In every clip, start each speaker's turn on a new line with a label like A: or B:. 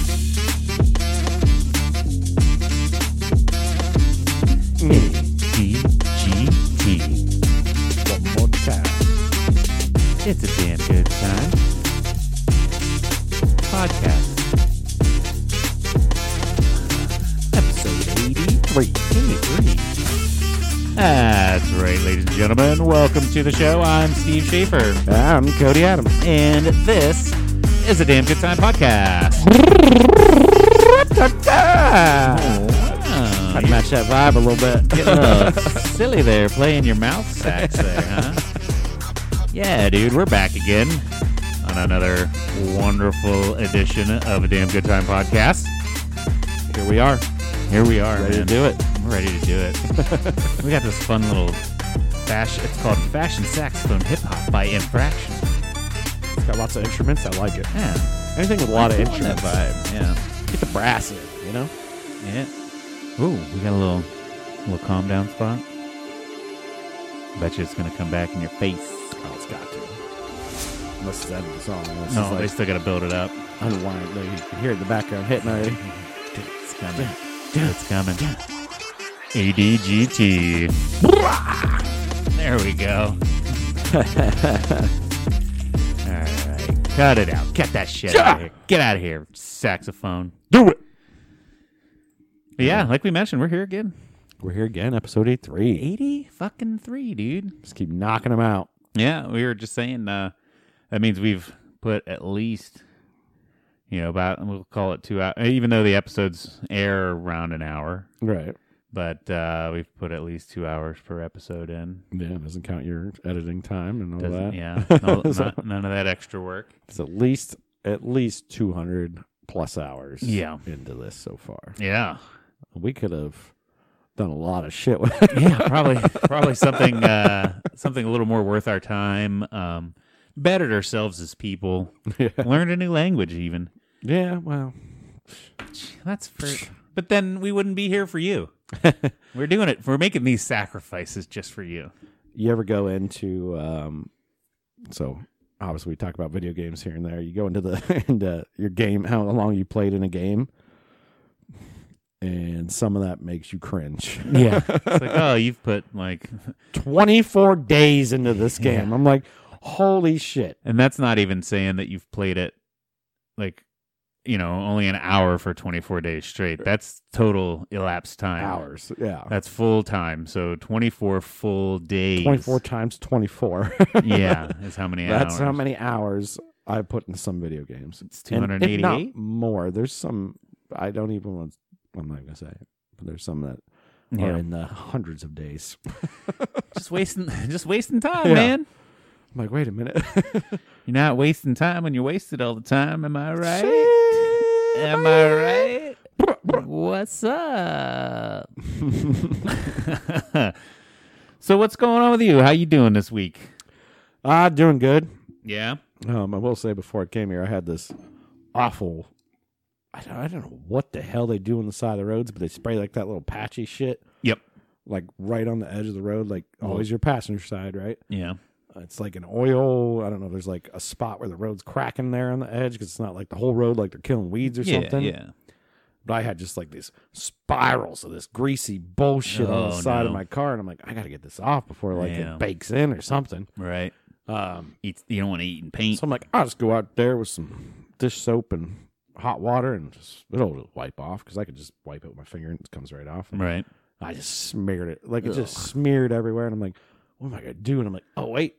A: E
B: MDGT. One more time. It's a damn good time. Podcast. Episode 83. 83. That's right, ladies and gentlemen. Welcome to the show. I'm Steve Schaefer.
A: I'm Cody Adams.
B: And this is a damn good time podcast. Wow.
A: I'd match that vibe a little bit.
B: Getting uh, silly there, playing your mouth sax there, huh? Yeah, dude, we're back again on another wonderful edition of a damn good time podcast.
A: Here we are.
B: Here we are,
A: Ready to
B: man.
A: do it.
B: I'm ready to do it. we got this fun little fashion. It's called Fashion Saxophone Hip Hop by Infraction.
A: It's got lots of instruments. I like it.
B: Yeah,
A: Anything with a lot of
B: I'm feeling that
A: instruments.
B: vibe. Yeah.
A: Get the brass in, you know?
B: Yeah. Ooh, we got a little little calm down spot. Bet you it's gonna come back in your face.
A: Oh, it's got to. Unless it's out of the song. Unless
B: No, they
A: it's
B: still gotta build it up.
A: like unwind. No, you can hear it in the background hitting already.
B: It's coming. It's coming. ADGT. There we go. Alright. Cut it out. Cut that shit out of here. Get out of here, saxophone.
A: Do it.
B: But yeah, like we mentioned, we're here again.
A: We're here again, episode 83.
B: 80 fucking three, dude.
A: Just keep knocking them out.
B: Yeah, we were just saying uh, that means we've put at least, you know, about we'll call it two hours, even though the episodes air around an hour,
A: Right.
B: but uh, we've put at least two hours per episode in.
A: Yeah, it doesn't count your editing time and all
B: Doesn't-
A: that.
B: yeah, no,
A: So-
B: not- none of that extra work.
A: It's at least at least 200 plus hours
B: Yeah.
A: into this so far.
B: Yeah,
A: We could have done a lot of shit with
B: yeah, probably, probably something, uh, something a little more worth our time. Um, bettered ourselves as people,
A: Yeah.
B: learned a new language, even.
A: Yeah, well,
B: That's for. But then we wouldn't be here for you. We're doing it. We're making these sacrifices just for you.
A: you ever go into um so obviously we talk about video games here and there. You go into the into your game how long you played in a game and some of that makes you cringe.
B: Yeah. it's like, oh, you've put like,
A: 24 days into this game. I'm like, "Holy shit."
B: and that's not even saying that you've played it like, you know, only an hour for 24 days straight. That's total elapsed time.
A: Hours. Yeah.
B: That's full time. So 24 full days.
A: 24 times 24.
B: yeah, is how many
A: That's
B: hours.
A: how many hours I put in some video games.
B: It's
A: And if not
B: 288.
A: more. There's some I don't even want. I'm not gonna say it, but there's some that are
B: Yeah.
A: in the hundreds of days. I'm
B: Just wasting, just wasting time,
A: Yeah.
B: man.
A: like, wait a minute.
B: You're not wasting time when you're wasted all the time. Am I right? Am I right? What's up? so what's going on with you? How you doing this week?
A: ah, doing good.
B: Yeah.
A: Um, I will say before I came here, I had this awful. I don't, I don't know what the hell they do on the side of the roads, but they spray like that little patchy shit,
B: Yep.
A: like right on the edge of the road, like always your passenger side, right?
B: Yeah.
A: It's like an oil. I don't know. There's like a spot where the road's cracking there on the edge because it's not like the whole road, like they're killing weeds or something.
B: Yeah.
A: But I had just like these spirals of this greasy bullshit on the
B: Oh,
A: side of
B: no.
A: my car, and I'm like, I gotta get this off before like
B: Yeah.
A: it bakes in or something.
B: Right.
A: Um,
B: Eat, you don't want to eat and paint.
A: so I'm like, I'll just go out there with some dish soap and hot water, and just it'll just wipe off because I could just wipe it with my finger and it comes right off. And
B: right.
A: I just smeared it like it just
B: Ugh.
A: smeared everywhere, and I'm like, what am I gonna do? And I'm like, oh wait,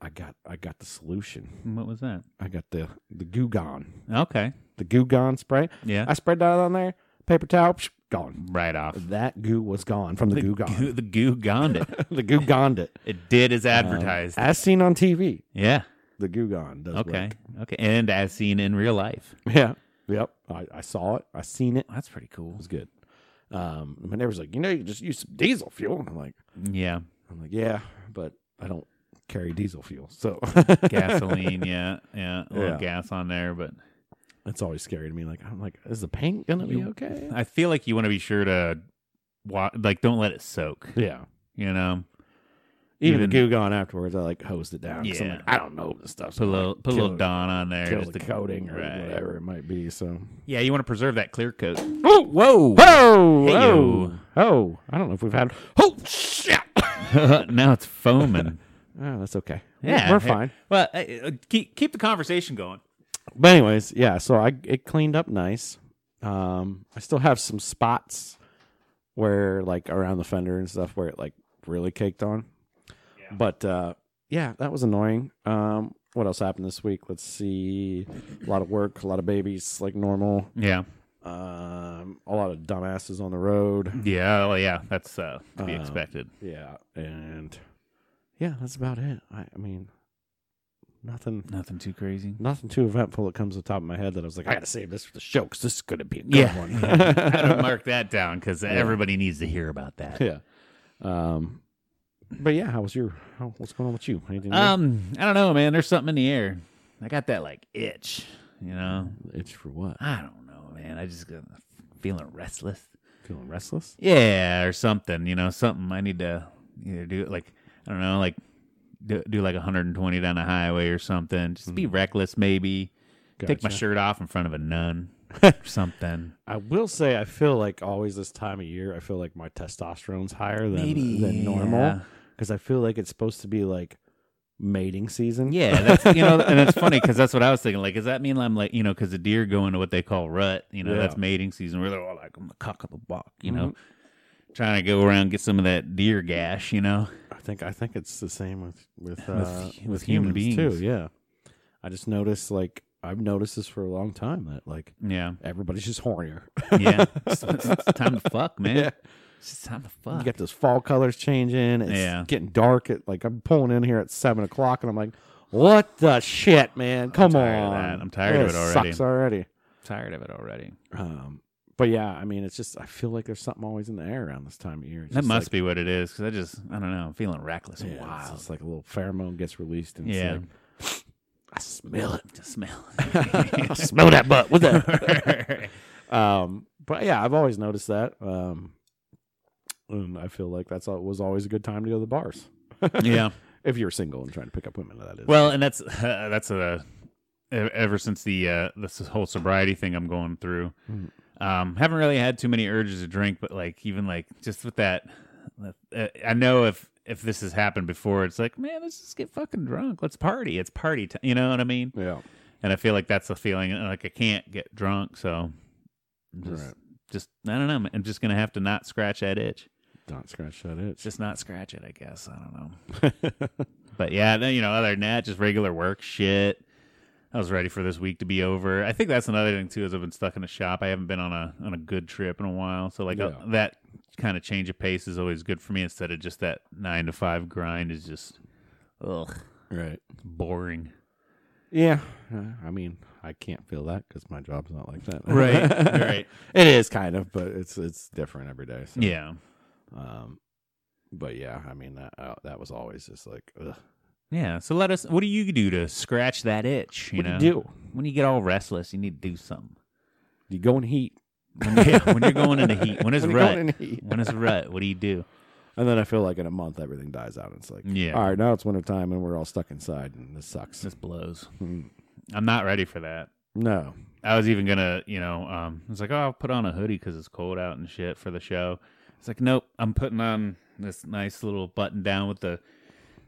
A: I got I got the solution.
B: What was that?
A: I got the the Goo Gone,
B: Okay.
A: the Goo Gone spray.
B: Yeah.
A: I spread that on there, paper towel, psh, gone.
B: right off.
A: That goo was gone from the, goo gone. Uh,
B: Goo, the goo gone it.
A: the goo gone it. Um,
B: It did as advertised.
A: As seen on TV,
B: yeah.
A: the goo gone does
B: Okay. Okay. And as seen in real life.
A: work. Yeah. Yep. I, I saw it. I seen it. It
B: That's pretty cool.
A: was good. Um, my neighbor's like, you know, you just use some diesel fuel. I'm like,
B: Yeah.
A: I'm like, yeah, but I don't carry diesel fuel, so
B: Gasoline. yeah. Yeah. A little
A: Yeah.
B: gas on there, but
A: it's always scary to me. Like, I'm like, is the paint gonna be
B: You-
A: okay?
B: I feel like you want to be sure to wa- like don't let it soak.
A: Yeah.
B: You know,
A: Even,
B: Even-
A: the goo gone afterwards, I like hosed it down. 'cause I'm
B: Yeah.
A: like, I don't know this stuff.
B: Put a little, put a little
A: dot
B: Dawn on there.
A: kill
B: just
A: the
B: to-
A: coating or
B: right.
A: whatever it might be. So
B: Yeah, you want to preserve that clear coat.
A: Oh,
B: Whoa!
A: oh,
B: Hey-yo.
A: oh! I don't know if we've had. Oh shit!
B: now it's foaming.
A: Oh, that's okay.
B: Yeah,
A: we're
B: hey,
A: fine.
B: Well, uh, uh, keep keep the conversation going.
A: But anyways, yeah. So I it cleaned up nice. Um, I still have some spots where like around the fender and stuff where it like really caked on.
B: Yeah.
A: But uh, yeah, that was annoying. Um, what else happened this week? Let's see. A lot of work, a lot of babies, like normal.
B: Yeah,
A: Um, a lot of dumbasses on the road.
B: yeah, well, yeah. That's uh, to be
A: Uh,
B: expected.
A: Yeah, and yeah, that's about it. I, I mean, nothing.
B: Nothing too crazy.
A: nothing too eventful that comes to the top of my head that I was like, I gotta save this for the show because this is gonna be a good
B: Yeah,
A: one.
B: I had to mark that down because everybody needs to hear about that.
A: yeah. Um, but yeah, how was your? How, what's going on with you? Anything?
B: Um, I don't know, man. There's something in the air. I got that like itch, you know.
A: new? it's for what?
B: I don't know, man. I just got feeling restless.
A: Feeling restless?
B: Yeah, or something, you know, something I need to either do like I don't know, like do, do like 120 down the highway or something. Just be reckless maybe. Take my
A: Gotcha.
B: shirt off in front of a nun or something.
A: I will say, I feel like always this time of year, I feel like my testosterone's higher than
B: Maybe,
A: than
B: yeah.
A: normal because I feel like it's supposed to be like mating season.
B: Yeah, that's you know, and it's funny because that's what I was thinking. Like, does that mean I'm like, you know, because the deer go into what they call rut? You know,
A: Yeah.
B: that's mating season where they're all like, I'm the cock of the block, you know, trying to go around get some of that deer gash, you know.
A: I think I think it's the same with with
B: With-
A: uh,
B: with human
A: too.
B: beings.
A: Yeah, I just noticed like I've noticed this for a long time that like
B: Yeah,
A: everybody's just hornier.
B: yeah. it's, it's time to fuck, man.
A: Yeah.
B: It's just time to
A: You
B: fuck.
A: got those fall colors changing. It's
B: Yeah.
A: getting dark. At like I'm pulling in here at seven o'clock, and I'm like, "What the shit, man? Come
B: tired
A: on!
B: of that. I'm tired of
A: This
B: it already."
A: Sucks already."
B: tired of it already.
A: Um, but yeah, I mean, it's just I feel like there's something always in the air around this time of year. It's
B: That
A: just
B: must
A: like,
B: be what it is. Because I just, I don't know, I'm feeling reckless and
A: yeah, It's
B: wild.
A: just like a little pheromone gets released, and
B: Yeah.
A: it's like, I smell it.
B: Just smell.
A: I smell that butt. What's that?
B: that?
A: Um, but yeah, I've always noticed that. Um, and I feel like that's al- was always a good time to go to the bars
B: yeah.
A: if you're single and trying to pick up women. That is
B: Well, and that's uh, that's a e- ever since the uh, this whole sobriety thing I'm going through.
A: Mhm.
B: Um, haven't really had too many urges to drink, but like even like just with that, uh, I know if if this has happened before, it's like man, let's just get fucking drunk, let's party, it's party time, you know what I mean?
A: yeah,
B: And I feel like that's the feeling, and, like I can't get drunk, so I'm just
A: Right.
B: just I don't know, man. I'm just gonna have to not scratch that itch,
A: don't scratch that itch.
B: just not scratch it, I guess. I don't know. But yeah, then, you know, other than that, just regular work shit. I was ready for this week to be over. I think that's another thing too, is I've been stuck in a shop. I haven't been on a on a good trip in a while, so like uh,
A: Yeah.
B: that kind of change of pace is always good for me. Instead of just that nine to five grind is just ugh
A: right?
B: boring.
A: Yeah, Uh, I mean, I can't feel that because my job's not like that.
B: right.
A: it is kind of, but it's it's different every day. So.
B: Yeah,
A: Um, but yeah, I mean that uh, that was always just like, ugh.
B: yeah. So let us. What do you do to scratch that itch? You
A: what
B: know,
A: do you do?
B: when you get all restless, you need to do something.
A: You go in heat.
B: When, yeah, when you're going into heat, when it's
A: When you're
B: rut,
A: going in heat.
B: when it's rut, what do you do?
A: And then I feel like in a month everything dies out. It's like,
B: Yeah.
A: all right, now it's wintertime and we're all stuck inside and this sucks.
B: This blows.
A: Mm.
B: I'm not ready for that.
A: No,
B: I was even gonna, you know, um, I was like, oh, I'll put on a hoodie because it's cold out and shit for the show. It's like, nope, I'm putting on this nice little button down with the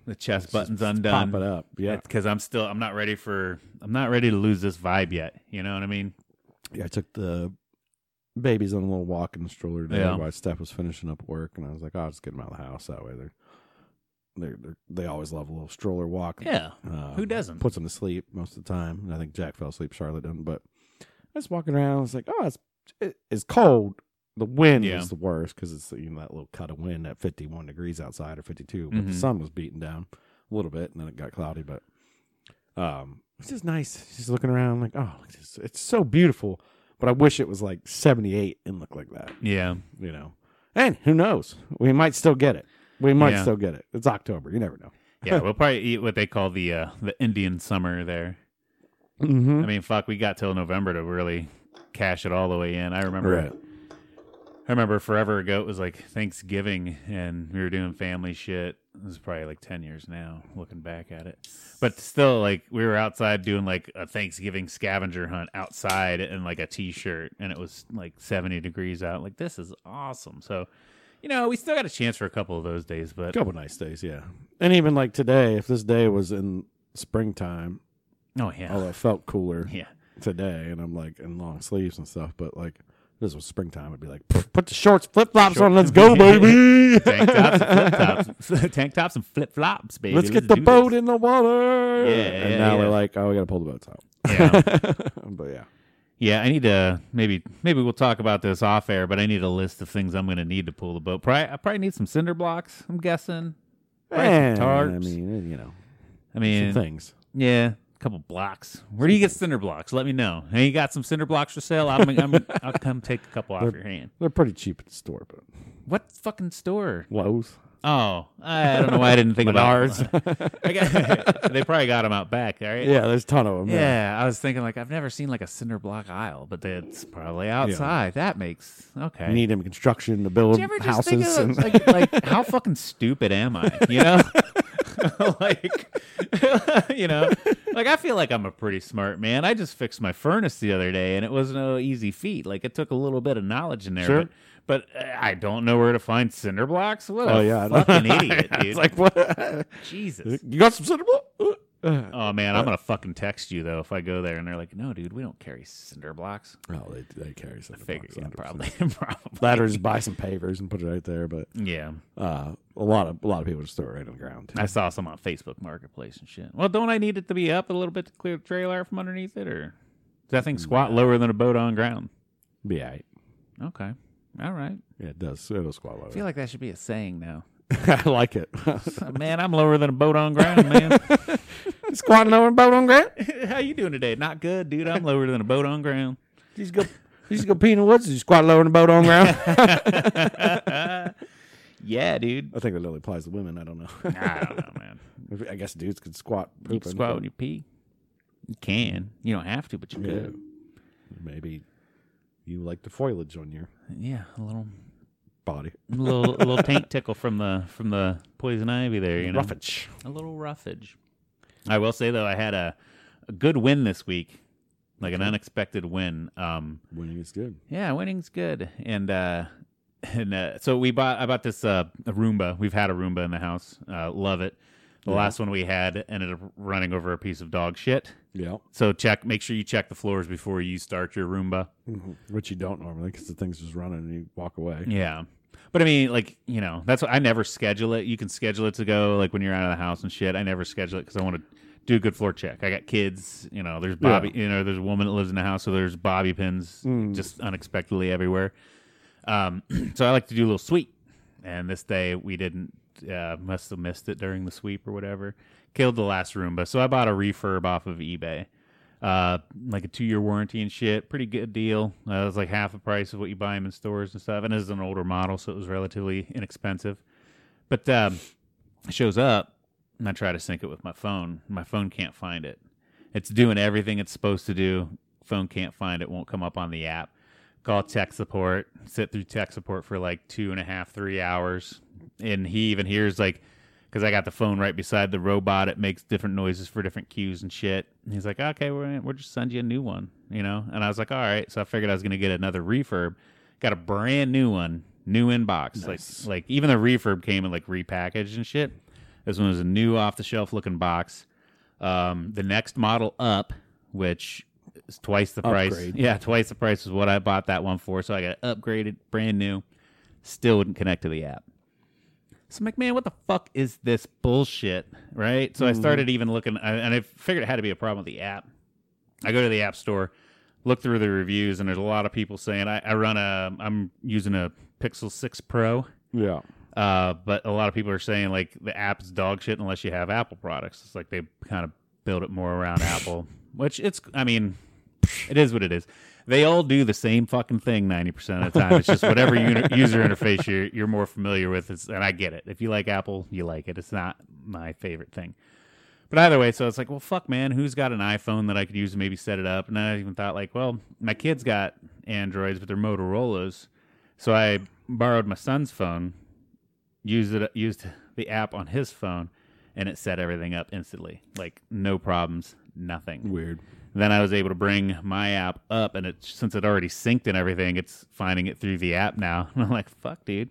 B: the chest buttons undone
A: pop it up. Yeah,
B: because I'm still, I'm not ready for, I'm not ready to lose this vibe yet. You know what I mean?
A: yeah. I took the babies on a little walk in the stroller today
B: Yeah.
A: while Steph was finishing up work, and I was like, "Oh, I'll just get them out of the house that way. They're they're, they're they always love a little stroller walk.
B: Yeah,
A: Um,
B: who doesn't?
A: puts them to sleep most of the time. And I think Jack fell asleep. Charlotte didn't, but I was walking around. I was like, oh, it's it, it's cold. The wind
B: Yeah.
A: is the worst because it's you know that little cut of wind at 51 degrees outside or 52, but
B: Mhm.
A: the sun was beating down a little bit, and then it got cloudy. But um, it's just nice. Just looking around, like oh, it's, just- it's so beautiful. But I wish it was like 78 and looked like that,
B: yeah,
A: you know. And who knows? We might still get it. We might
B: Yeah.
A: still get it. It's October. You never know.
B: yeah. we'll probably eat what they call the uh, the Indian summer there.
A: Mm-hmm.
B: I mean, fuck, we got till November to really cash it all the way in. I remember I remember forever ago it was like Thanksgiving and we were doing family shit. This is probably like 10 years now looking back at it. But still like we were outside doing like a Thanksgiving scavenger hunt outside in like a t-shirt and it was like 70 degrees out. Like this is awesome. So, you know, we still got a chance for a couple of those days, but
A: couple nice days, yeah. And even like today, if this day was in springtime,
B: oh yeah.
A: although it felt cooler
B: Yeah.
A: today, and I'm like in long sleeves and stuff, but like if this was springtime, it'd be like "Pff, put the shorts, flip flops on, let's go, baby.
B: Tank tops and flip tops. Tank tops and flip flops, baby.
A: Let's get the
B: do
A: boat in the water.
B: Yeah,
A: and
B: yeah,
A: now
B: yeah.
A: we're like, oh, we gotta pull the boats out.
B: this. Yeah.
A: but yeah,
B: Yeah, I need to maybe maybe we'll talk about this off air, but I need a list of things I'm going to need to pull the boat. Probably I probably need some cinder blocks. I'm guessing. Probably
A: Eh,
B: some tarps.
A: I mean, you know,
B: I
A: some
B: mean,
A: things.
B: yeah, a couple blocks. Where do you get cinder blocks? Let me know. Hey, you got some cinder blocks for sale? I'm, I'm, I'll come take a couple off your hand.
A: They're pretty cheap at the store, but
B: What fucking store?
A: Lowe's.
B: Oh, I don't know why I didn't think about ours. I got, they probably got them out back. All right.
A: Yeah, there's a ton of them.
B: Yeah, I was thinking like I've never seen like a cinder block aisle, but it's probably outside. That makes okay.
A: You need them in construction to build
B: Do you ever just think
A: houses.
B: of,
A: And,
B: like, like how fucking stupid am I? You know, like you know, like I feel like I'm a pretty smart man. I just fixed my furnace the other day, and it was no easy feat. Like it took a little bit of knowledge in there,
A: Sure.
B: but, but uh, I don't know where to find cinder blocks. What a
A: oh yeah, I know.
B: fucking idiot, dude!
A: it's like what?
B: Jesus.
A: You got some cinnamon? Uh,
B: Oh man, I'm gonna fucking text you though if I go there and they're like, "No, dude, we don't carry cinder blocks."
A: oh, they they carry cinnamon.
B: Figure,
A: blocks,
B: yeah,
A: 100%.
B: probably, probably,
A: Ladders, buy some pavers and put it right there. But
B: yeah.
A: uh, a lot of a lot of people just throw it right on the ground.
B: I saw some on Facebook Marketplace and shit. Well, don't I need it to be up a little bit to clear the trailer from underneath it, or does that thing squat lower than a boat on ground?
A: But yeah, it-
B: Okay, all right.
A: yeah, it does. It'll squat
B: I
A: low.
B: feel like that should be a saying now.
A: I like it.
B: man, I'm lower than a boat on ground, man.
A: Squatting over boat on ground.
B: How you doing today? Not good, dude. I'm lower than a boat on ground.
A: You just go. You just go pee in the woods. You squat low in the boat on ground.
B: Yeah, dude.
A: I think that only applies to women. I don't know.
B: I don't know, man.
A: I guess dudes could squat.
B: You
A: poop
B: can
A: in.
B: squat when you pee. You can. You don't have to, but you
A: Yeah.
B: could.
A: Maybe you like the foliage on your
B: Yeah, a little,
A: body.
B: a little, a little taint tickle from the from the poison ivy there. You know,
A: Roughage.
B: a little roughage. I will say though, I had a, a good win this week, like an unexpected win. Um,
A: Winning is good.
B: yeah, winning's good, and uh, and uh, so we bought. I bought this uh, a Roomba. We've had a Roomba in the house. Uh, love it. The last one we had ended up running over a piece of dog shit.
A: Yeah.
B: So check. Make sure you check the floors before you start your Roomba.
A: Which you don't normally because the thing's just running and you walk away.
B: Yeah. But I mean, like, you know, that's what I never schedule it. You can schedule it to go, like, when you're out of the house and shit. I never schedule it because I want to do a good floor check. I got kids, you know, there's Bobby, you know, there's a woman that lives in the house, so there's bobby pins just unexpectedly everywhere. Um, so I like to do a little sweep. And this day we didn't, uh, must have missed it during the sweep or whatever. Killed the last Roomba. So I bought a refurb off of eBay. Uh, like a two year warranty and shit. Pretty good deal. Uh, it was like half the price of what you buy them in stores and stuff. And this is an older model, so it was relatively inexpensive. But um, it shows up, and I try to sync it with my phone. My phone can't find it. It's doing everything it's supposed to do. Phone can't find it. Won't come up on the app. Call tech support. Sit through tech support for like two and a half, three hours, and he even hears like. Because I got the phone right beside the robot, it makes different noises for different cues and shit. And he's like, "Okay, we're gonna- we're just send you a new one," you know. And I was like, "All right." So I figured I was gonna get another refurb. Got a brand new one, new inbox. Like like even the refurb came in like repackaged and shit. This one was a new off the shelf looking box. Um, the next model up, which is twice the price.
A: Upgrade.
B: Yeah, twice the price is what I bought that one for. So I got it upgraded, brand new. Still wouldn't connect to the app. So I'm like, man, what the fuck is this bullshit? Right? So I started even looking, I- and I figured it had to be a problem with the app. I go to the app store, look through the reviews, and there's a lot of people saying I, I run a, I'm using a Pixel 6 Pro.
A: Yeah.
B: Uh, but a lot of people are saying like the app's dog shit unless you have Apple products. It's like they kind of build it more around Apple, which it's. I mean, it is what it is. They all do the same fucking thing ninety percent of the time. It's just whatever uni- user interface you're you're more familiar with. It's, and I get it. If you like Apple, you like it. It's not my favorite thing. But either way, so it's like, well, fuck, man, who's got an iPhone that I could use and maybe set it up? And I even thought, like, well, my kids got Androids, but they're Motorola's. So I borrowed my son's phone, used it, used the app on his phone, and it set everything up instantly. Like no problems, nothing.
A: Weird.
B: Then I was able to bring my app up, and it since it already synced and everything, it's finding it through the app now. And I'm like, fuck, dude.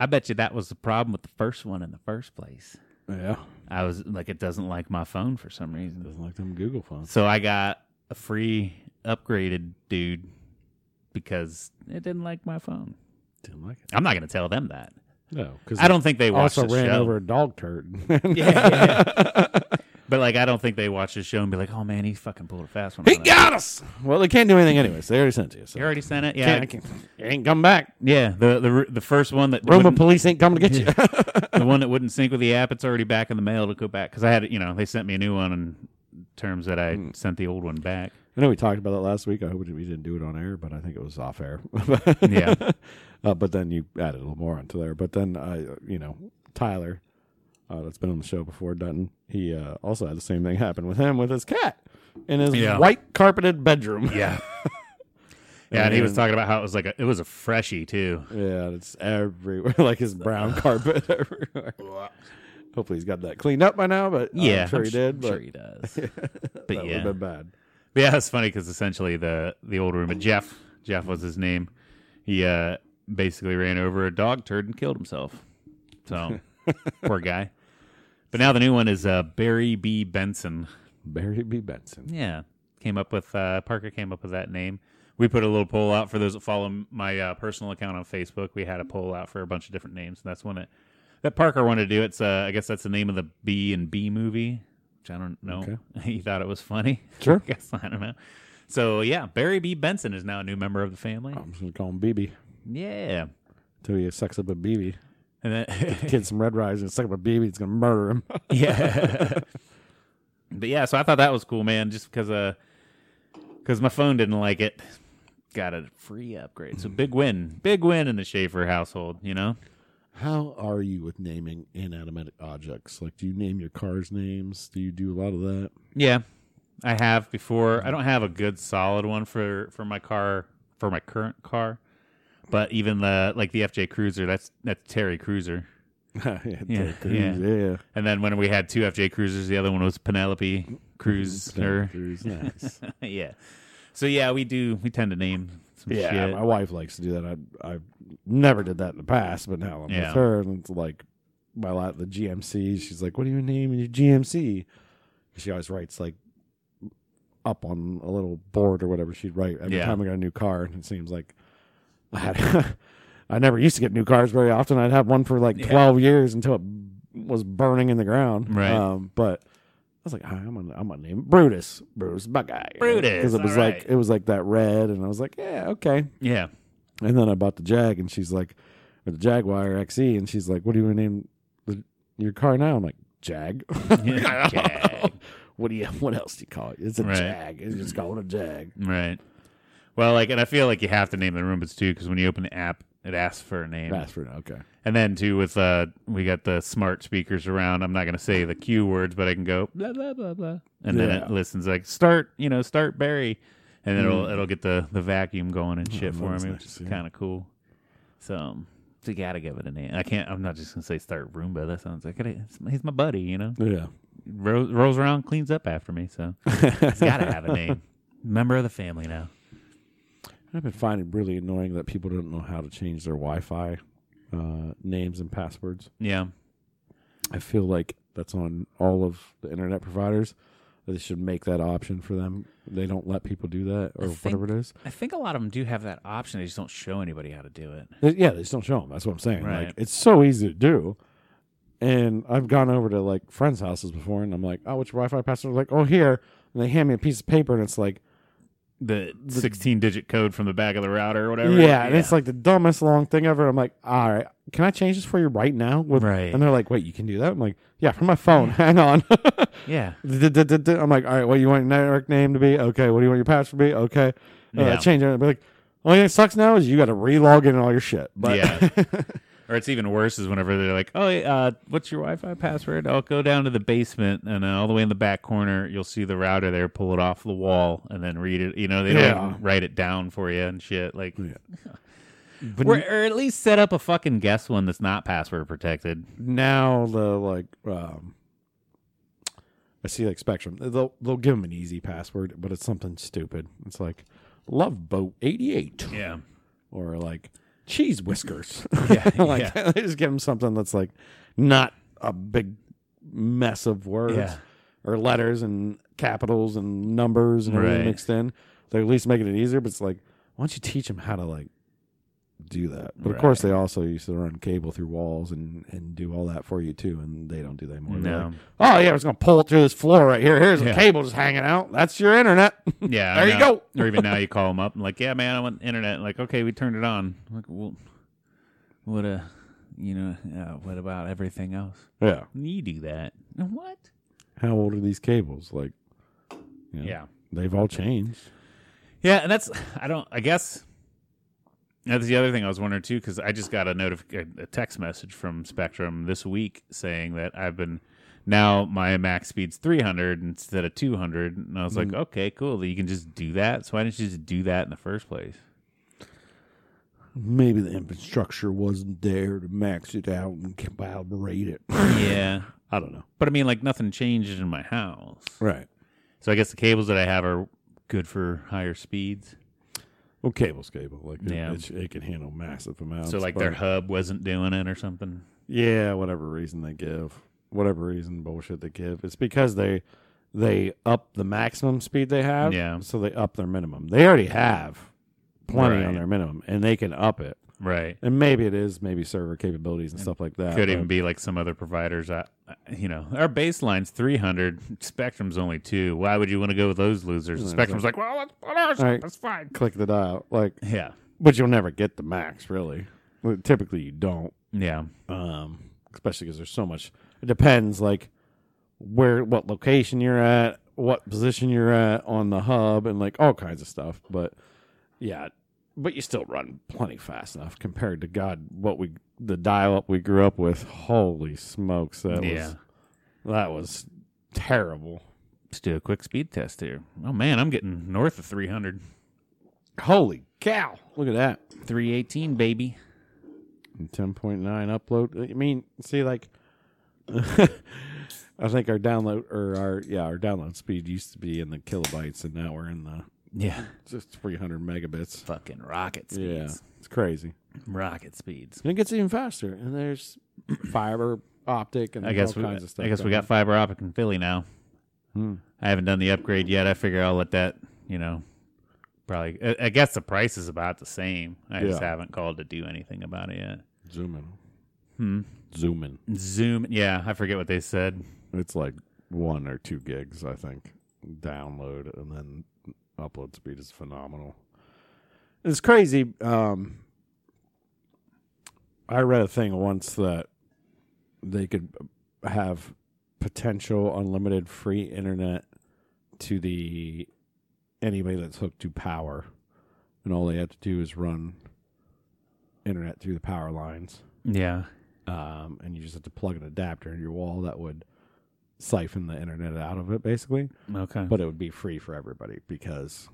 B: I bet you that was the problem with the first one in the first place.
A: Yeah.
B: I was like, it doesn't like my phone for some reason.
A: Doesn't like them Google phones.
B: So I got a free upgraded dude because it didn't like my phone.
A: Didn't like it.
B: I'm not going to tell them that.
A: No, because
B: I don't think they watch
A: also
B: the
A: ran
B: show.
A: over a dog turd.
B: Yeah, yeah, yeah. But like, I don't think they watch the show and be like, "Oh man, he fucking pulled a fast one."
A: he
B: on that."
A: got us. Well, they can't do anything anyway. So they already sent it to you. So
B: You already sent it. Yeah,
A: Can't- can't- it ain't come back.
B: yeah. The the the first one that
A: Roma
B: wouldn't-
A: police ain't coming to get you.
B: the one that wouldn't sync with the app, it's already back in the mail to go back because I had you know they sent me a new one in terms that I
A: Hmm.
B: sent the old one back.
A: I know we talked about that last week. I hope we didn't do it on air, but I think it was off air.
B: Yeah.
A: Uh, but then you added a little more onto there. But then I, you know, Tyler, uh, that's been on the show before, Dutton. He uh, also had the same thing happen with him with his cat in his
B: Yeah.
A: white carpeted bedroom.
B: Yeah. Yeah, and he was talking about how it was like a, it was a freshie too.
A: Yeah, it's everywhere, like his brown carpet everywhere. Hopefully, he's got that cleaned up by now. But yeah, I'm sure he did. but
B: sure he does.
A: that
B: but
A: would have
B: yeah,
A: been bad.
B: But yeah, it's funny because essentially the the old roommate Jeff Jeff was his name. He uh, basically ran over a dog turd and killed himself. So poor guy. But now the new one is uh, Barry B Benson.
A: Barry B. Benson.
B: Yeah, came up with uh, Parker came up with that name. We put a little poll out for those that follow m- my uh, personal account on Facebook. We had a poll out for a bunch of different names, and that's one that that Parker wanted to do. It's uh, I guess that's the name of the B and B movie, which I don't know. he thought it was funny.
A: Sure.
B: I guess I don't know. So yeah, Barry B Benson is now a new member of the family.
A: I'm just gonna call him BB
B: Yeah,
A: until he sucks up a BB.
B: and then
A: Kid some red rise and suck up a BB. He's gonna murder him.
B: yeah. but yeah, so I thought that was cool, man, just because uh, because my phone didn't like it. Got a free upgrade, so big win, big win in the Schaefer household. You know,
A: How are you with naming inanimate objects? Like, do you name your cars names? Do you do a lot of that?
B: yeah, I have before. I don't have a good solid one for for my car for my current car, but even the like the FJ Cruiser, that's that's Terry Cruiser.
A: yeah,
B: Yeah,
A: Terry Crews, yeah.
B: And then when we had two FJ Cruisers, the other one was Penelope Cruiser.
A: Crews, nice.
B: yeah. So yeah, we do. We tend to name some
A: yeah,
B: shit.
A: my wife likes to do that. I I never did that in the past, but now I'm
B: Yeah.
A: with her, and it's like my lot the GMC. She's like, "What do you name your GMC?" She always writes like up on a little board or whatever she'd write every
B: Yeah.
A: time I got a new car, and it seems like I had. I never used to get new cars very often. I'd have one for like
B: Yeah.
A: 12 years until it was burning in the ground.
B: Right.
A: Um, but I was like, "Ah, I'm gonna, I'm gonna name it Brutus, Brutus Buckeye,
B: Brutus,
A: because it was
B: all
A: like
B: right.
A: it was like that red, and I was like, yeah, okay.
B: Yeah.
A: And then I bought the Jag, and she's like, or the Jaguar XE, and she's like, what do you name the, your car now? I'm like, Jag.
B: Yeah, Jag.
A: What do you? What else do you call it? It's a
B: Right.
A: Jag. It's just called a Jag.
B: Right. Well, like, and I feel like you have to name the roommates too, because when you open the app, it asks for a name.
A: That's for now. Okay.
B: And then too, with uh, we got the smart speakers around. I'm not gonna say the cue words, but I can go blah blah blah blah, and then
A: Yeah.
B: it listens like start, you know, start Barry, and then it'll it'll get the the vacuum going and shit for
A: that's
B: me, which is
A: nice, yeah.
B: kind of cool. So. um, so you gotta give it a name. I can't. I'm not just gonna say start Roomba. That sounds like it. He's my buddy, you know.
A: Yeah.
B: Ro- rolls around, cleans up after me. So he's got to have a name. Member of the family now.
A: I've been finding really annoying that people don't know how to change their Wi-Fi uh, names and passwords.
B: Yeah.
A: I feel like that's on all of the internet providers. They should make that option for them. They don't let people do that or
B: I think-
A: whatever it is.
B: I think a lot of them do have that option. They just don't show anybody how to do it.
A: They- yeah, they just don't show them. That's what I'm saying.
B: Right.
A: Like it's so easy to do. And I've gone over to like friends' houses before, and I'm like, "Oh, which Wi-Fi password?" Like, "Oh, here." And they hand me a piece of paper, and it's like,
B: The 16 digit code from the back of the router or whatever.
A: "Yeah,", and it's like the dumbest long thing ever. I'm like, "All right, can I change this for you right now?" With,
B: Right.
A: And they're like, "Wait, you can do that?" I'm like, "Yeah, from my phone. Hang on."
B: yeah.
A: D-d-d-d-d- I'm like, all right, what you want your network name to be? Okay. What do you want your password to be? Okay. Uh,
B: Yeah.
A: Change it. I'd be like, only thing that sucks now is you got to re-log in all your shit. But
B: yeah. Or it's even worse is whenever they're like, "Oh, uh, what's your Wi-Fi password?" I'll go down to the basement, and uh, all the way in the back corner, you'll see the router there. Pull it off the wall, and then read it. You know, they
A: Yeah.
B: don't write it down for you and shit. Like,
A: But
B: We're- or at least set up a fucking guess one that's not password protected.
A: now the like um I see like Spectrum. They'll they'll give them an easy password, but it's something stupid. It's like Love Boat eighty eight
B: Yeah.
A: or like Cheese Whiskers.
B: Yeah,
A: like they just give them something that's like not a big mess of words
B: Yeah.
A: or letters and capitals and numbers and everything
B: Right.
A: mixed in. They're at least making it easier. But it's like why don't you teach them how to like do that. But of course, they also used to run cable through walls and and do all that for you too, and they don't do that anymore. They're
B: No.
A: like, oh yeah, we're just gonna pull it through this floor right here. Here's a
B: Yeah.
A: cable just hanging out. That's your internet.
B: Yeah.
A: There
B: I
A: you
B: know. or even now you call them up and like, yeah, man, I want internet. And like, okay, we turned it on. Like, well, what a, you know, uh, what about everything else?
A: yeah.
B: You do that. And What?
A: How old are these cables? Like, you know,
B: Yeah.
A: they've all changed.
B: Yeah, and that's I don't I guess that's the other thing I was wondering too because I just got a notif- a text message from Spectrum this week saying that I've been now my max speed's 300 instead of 200 and I was like okay cool you can just do that so why didn't you just do that in the first place
A: Maybe the infrastructure wasn't there to max it out and calibrate it.
B: yeah
A: I don't know.
B: but I mean like nothing changes in my house
A: Right.
B: so I guess the cables that I have are good for higher speeds
A: Well, cable's cable. Like, it,
B: Yeah.
A: it, it can handle massive amounts.
B: so like
A: but-
B: their hub wasn't doing it or something
A: Yeah, whatever reason they give, whatever reason bullshit they give, it's because they they up the maximum speed they have.
B: Yeah.
A: So they up their minimum. They already have plenty on
B: Right.
A: their minimum, and they can up it.
B: right
A: And maybe it is maybe server capabilities and stuff like that.
B: could
A: but-
B: even be like some other providers. I, you know, our baseline's 300. Spectrum's only two. Why would you want to go with those losers? And Spectrum's like, well, let's put ours.
A: Right.
B: That's fine.
A: click the dial, like,
B: Yeah,
A: but you'll never get the max really. Well, Typically, you don't.
B: yeah,
A: um, especially because there's so much. It depends, like where, what location you're at, what position you're at on the hub, and like all kinds of stuff. But yeah, but you still run plenty fast enough compared to God, what we the dial up we grew up with. Holy smokes, that
B: yeah.
A: was that was terrible.
B: Let's do a quick speed test here. Oh man, I'm getting north of 300.
A: Holy cow! Look at that.
B: 318, baby.
A: And 10.9 upload. I mean, see, like, I think our download or our, yeah, our download speed used to be in the kilobytes and now we're in the
B: Yeah,
A: just 300 megabits.
B: fucking rocket
A: Yeah.
B: speeds.
A: It's crazy.
B: Rocket speeds.
A: And it gets even faster. And there's fiber optic and
B: I guess
A: all
B: we,
A: kinds of stuff.
B: I guess we
A: going
B: got fiber optic in Philly now.
A: Hmm.
B: I haven't done the upgrade yet. I figure I'll let that, you know, probably. I, I guess the price is about the same. I just
A: Yeah.
B: haven't called to do anything about it yet.
A: on. Zoom in.
B: Hmm.
A: Zoom in.
B: Zoom. Yeah, I forget what they said.
A: It's like one or two gigs, I think, download, and then upload speed is phenomenal. It's crazy. Um, I read a thing once that they could have potential unlimited free internet to the anybody that's hooked to power, and all they have to do is run internet through the power lines
B: Yeah.
A: um, and you just have to plug an adapter in your wall that would siphon the internet out of it, basically.
B: Okay.
A: But it would be free for everybody because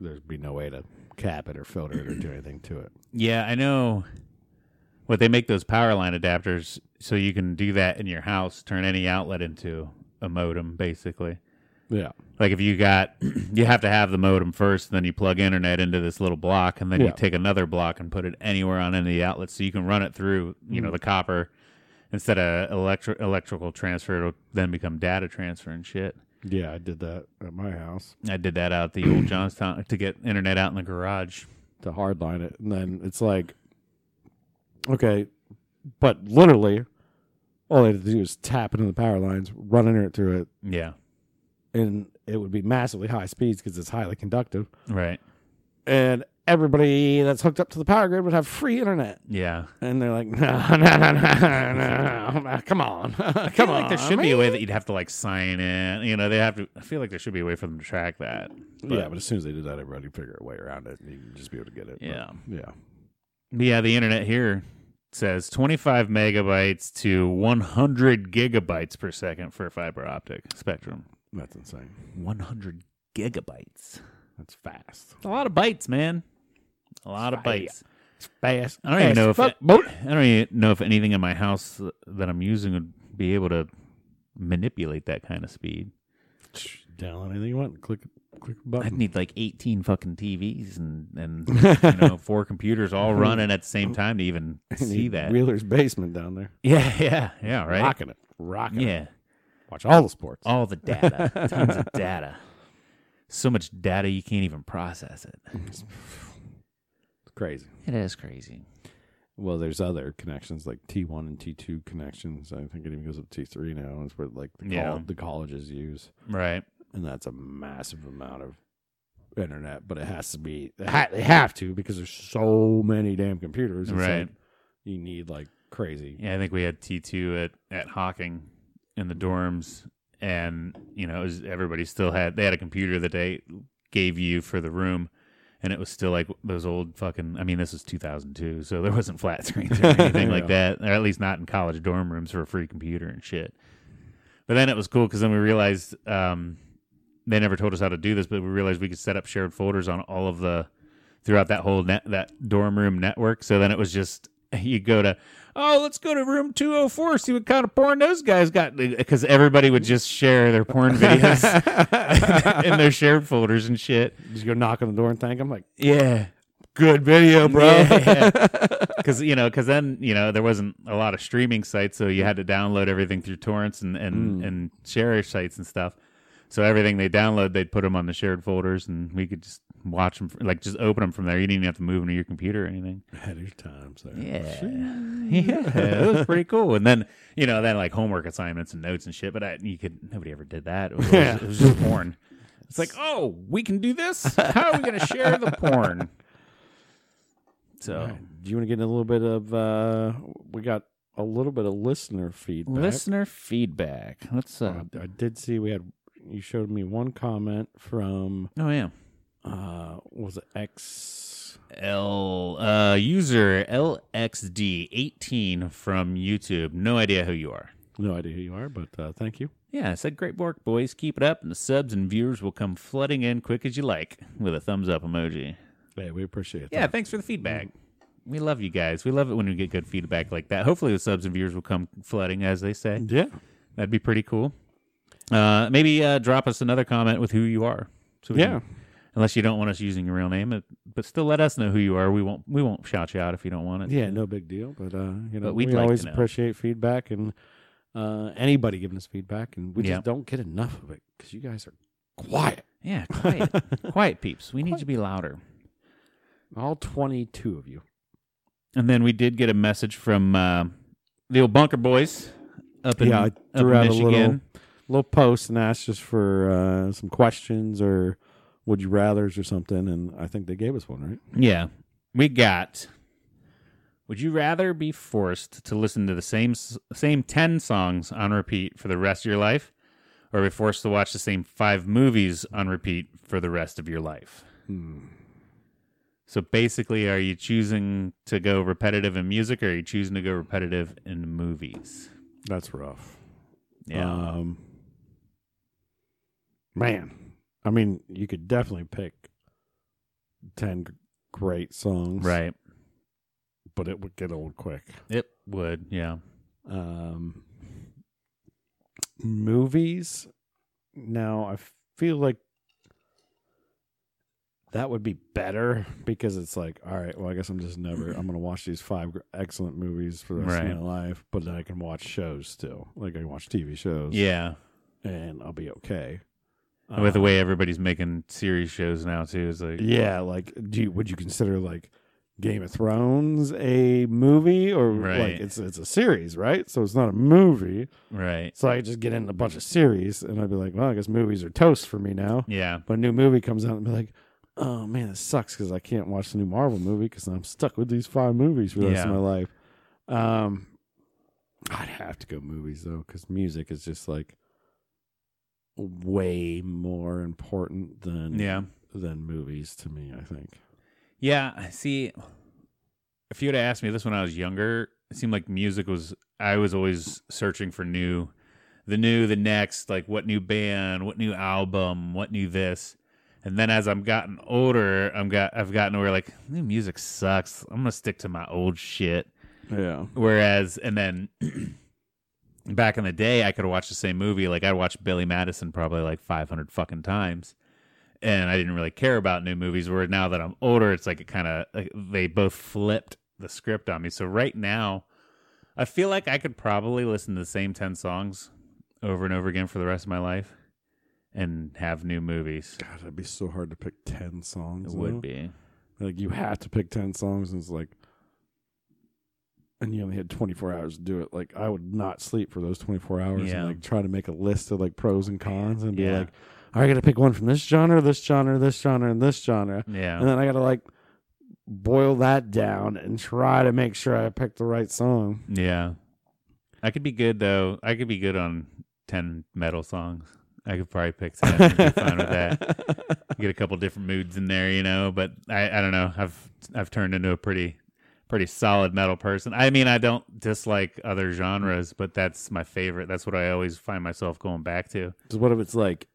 A: there'd be no way to cap it or filter it or do anything to it.
B: yeah, I know. What they make those power line adapters so you can do that in your house, turn any outlet into a modem, basically.
A: Yeah,
B: Like if you got, you have to have the modem first, then you plug internet into this little block, and then
A: Yeah.
B: you take another block and put it anywhere on any of the outlets, so you can run it through, you
A: Mm.
B: know, the copper instead of electri- electrical transfer. It'll then become data transfer and shit.
A: yeah, I did that at my house
B: I did that out at the old Johnstown to get internet out in the garage.
A: to hardline it, and then it's like, okay, but literally, all they had to do is tap into the power lines, run internet through it,
B: Yeah.
A: and it would be massively high speeds because it's highly conductive,
B: Right.
A: and everybody that's hooked up to the power grid would have free internet.
B: Yeah.
A: And they're like, no, no, no, no, no, no. come on, come on.
B: Like there should be a way that you'd have to like sign in. You know, they have to. I feel like there should be a way for them to track that.
A: yeah, but as soon as they did that, everybody could figure a way around it, and you'd just be able to get it. but-
B: Yeah.
A: yeah,
B: But yeah, the internet here says 25 megabytes to 100 gigabytes per second for fiber optic spectrum.
A: that's insane.
B: 100 gigabytes.
A: That's fast.
B: A lot of bytes, man. A lot of bytes.
A: It's fast.
B: I don't even
A: Fast
B: know
A: as
B: if
A: fuck,
B: it-
A: boat.
B: I don't even know if anything in my house that I'm using would be able to manipulate that kind of speed.
A: Download anything you want. Click click a
B: I'd
A: button.
B: need like 18 fucking TVs and and you know four computers all running at the same time to even
A: I
B: see
A: need
B: that.
A: Wheeler's basement down there.
B: Yeah, yeah, yeah, right.
A: Rocking it. Rocking it.
B: yeah,
A: Watch all the sports.
B: all the data, tons of data. So much data you can't even process it.
A: It's crazy.
B: It is crazy.
A: Well, there's other connections like T1 and T2 connections. I think it even goes up to T3 now. It's where like the, col-
B: Yeah.
A: the colleges use,
B: Right.
A: and that's a massive amount of internet. But it has to be they ha- they have to because there's so many damn computers. It's
B: Right.
A: like, you need like crazy.
B: Yeah, I think we had T two at at Hawking in the dorms, and you know, it was, everybody still had they had a computer that they gave you for the room, and it was still like those old fucking. I mean, this was two thousand two, so there wasn't flat screens or anything like that, or at least not in college dorm rooms for a free computer and shit. But then it was cool because then we realized um, they never told us how to do this, but we realized we could set up shared folders on all of the throughout that whole net, that dorm room network. So then it was just you go to oh let's go to room 204 see what kind of porn those guys got because everybody would just share their porn videos in their shared folders and shit
A: Just go knock on the door and thank them. Like
B: yeah
A: good video, bro.
B: because you know because then you know there wasn't a lot of streaming sites so you had to download everything through torrents and and and share sites and stuff so everything they download they'd put them on the shared folders and we could just watch them like just open them from there you didn't even have to move them to your computer or anything
A: Ahead of your time, so
B: Yeah. yeah, it was pretty cool. And then you know, then like homework assignments and notes and shit. But I, you could nobody ever did that. It was,
A: Yeah.
B: it was just porn. It's like, oh, we can do this. How are we going to share the porn? So
A: Do you want to get in a little bit of? uh We got a little bit of listener feedback.
B: listener feedback. Let's. Uh,
A: I, I did see we had you showed me one comment from
B: oh yeah,
A: uh was it X
B: L uh, user LXD eighteen from YouTube. No idea who you are.
A: no idea who you are, but uh thank you.
B: Yeah, I said great work, boys. Keep it up, and the subs and viewers will come flooding in quick as you like with a thumbs up emoji.
A: Hey, we appreciate
B: Yeah, thanks for the feedback. We love you guys. We love it when we get good feedback like that. Hopefully, the subs and viewers will come flooding, as they say.
A: that. Yeah.
B: That'd be pretty cool. Uh, maybe uh, drop us another comment with who you are. So we
A: Yeah.
B: can- unless you don't want us using your real name, it- but still let us know who you are. We won't. We won't shout you out if you don't want it.
A: Yeah, no big deal. But uh you know
B: But we'd
A: we
B: like to
A: always
B: know.
A: appreciate feedback and uh anybody giving us feedback and we
B: Yeah.
A: just don't get enough of it because you guys are quiet.
B: Yeah, quiet, quiet peeps. We need you to be louder.
A: All twenty two of you.
B: And then we did get a message from uh, the old Bunker Boys up in
A: Yeah, I
B: up in
A: threw out a
B: Michigan.
A: little- little post and asked just for uh, some questions or would you rather's or something, and I think they gave us one, right?
B: Yeah. We got Would you rather be forced to listen to the same s- same 10 songs on repeat for the rest of your life or be forced to watch the same 5 movies on repeat for the rest of your life? Hmm, So basically, are you choosing to go repetitive in music or are you choosing to go repetitive in movies?
A: That's rough.
B: Yeah.
A: Um, man, I mean, you could definitely pick ten g- great songs,
B: right.
A: But it would get old quick.
B: It would. Yeah.
A: Um, movies. Now I feel like that would be better because it's like, all right, well, I guess I'm just never. I'm gonna watch these five gr- excellent movies for the rest
B: Right.
A: of my life, but then I can watch shows still. Like I can watch TV shows,
B: Yeah.
A: and I'll be okay. uh,
B: And with the way everybody's making series shows now, too, it's like,
A: Yeah, like do you, would you consider like Game of Thrones a movie or
B: Right.
A: like it's it's a series, right? So it's not a movie.
B: right.
A: So I just get in a bunch of series and I'd be like, well, I guess movies are toast for me now.
B: Yeah.
A: But a new movie comes out and be like, oh man, this sucks because I can't watch the new Marvel movie because I'm stuck with these five movies for the rest of my
B: Yeah.
A: life. Um, I'd have to go movies though because music is just like way more important than
B: Yeah.
A: than movies to me. I think.
B: Yeah, I see, if you would have asked me this when I was younger, it seemed like music was. I was always searching for new, the new, the next, like what new band, what new album, what new this, And then as I'm gotten older, I'm got I've gotten where like "New music sucks. I'm gonna stick to my old shit.
A: Yeah.
B: Whereas, and then back in the day, I could watch the same movie. Like I watched Billy Madison probably like 500 fucking times, and I didn't really care about new movies. Where now that I'm older, it's like it kind of like, they both flipped the script on me. So right now, I feel like I could probably listen to the same 10 songs over and over again for the rest of my life and have new movies.
A: God, it'd be so hard to pick ten songs. you
B: It
A: know?
B: would be.
A: Like you have to pick ten songs, and it's like, and you only had twenty four hours to do it. Like I would not sleep for those twenty four hours,
B: Yeah.
A: and like try to make a list of like pros and cons, and be
B: Yeah.
A: like, all right, I got to pick one from this genre, this genre, this genre, and this genre,
B: Yeah.
A: and then I got to like boil that down and try to make sure I pick the right song.
B: Yeah. I could be good though. I could be good on 10 metal songs. I could probably pick 10 and be fine with that. Get a couple different moods in there, you know, but I, I don't know. I've I've turned into a pretty pretty solid metal person. I mean, I don't dislike other genres, but that's my favorite. That's what I always find myself going back to.
A: Because what if it's like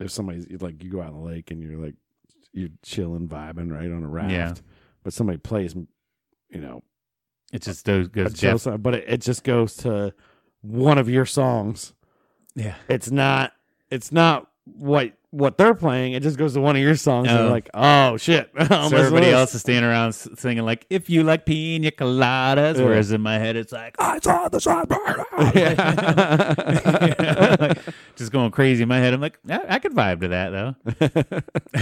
A: if somebody's like you go out on the lake and you're like you're chilling, vibing, right on a raft,
B: Yeah.
A: but somebody plays, you know,
B: It just goes
A: a
B: goes
A: chill
B: depth.
A: song, but it, it just goes to one of your songs.
B: Yeah.
A: It's not. It's not what what they're playing. It just goes to one of your songs. And
B: Oh.
A: you're like, oh shit! I'm
B: So
A: listening to
B: everybody
A: this.
B: else is standing around s- singing like, "If you like pina coladas,"
A: Yeah.
B: whereas in my head it's like, "I saw the sunburn."
A: Yeah.
B: Like, just going crazy in my head. I'm like, I, I could vibe to that though. I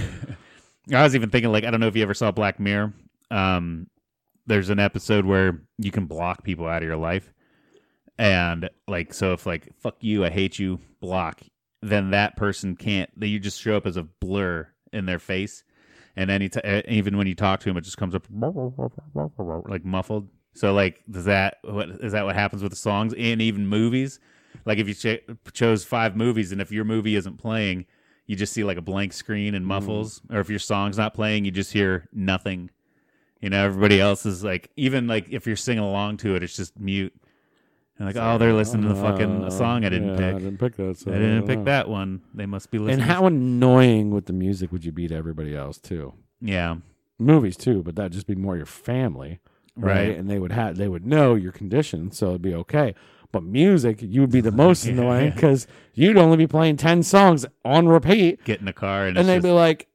B: was even thinking like, I don't know if you ever saw Black Mirror. Um, there's an episode where you can block people out of your life, and like, so if like, fuck you, I hate you, block, then that person can't. That you just show up as a blur in their face, and any t- uh, even when you talk to him, it just comes up like muffled. So like, does that what is that what happens with the songs and even movies? Like if you ch- chose five movies, and if your movie isn't playing, you just see like a blank screen
A: Mm-hmm.
B: and muffles, or if your song's not playing, you just hear nothing. You know, everybody else is like, even like if you're singing along to it, it's just mute. And like, oh, they're listening to the fucking
A: Uh,
B: song I didn't
A: yeah, I
B: pick.
A: didn't pick that. So
B: I didn't pick that one. They must be
A: And
B: listening.
A: how annoying with the music would you be to everybody else too?
B: Yeah,
A: movies too, but that'd just be more your family, right?
B: Right.
A: And they would have they would know your condition, so it'd be okay. But music, you would be the most
B: Yeah.
A: annoying because you'd only be playing ten songs on repeat,
B: get in the car and,
A: and they'd
B: it's
A: be like,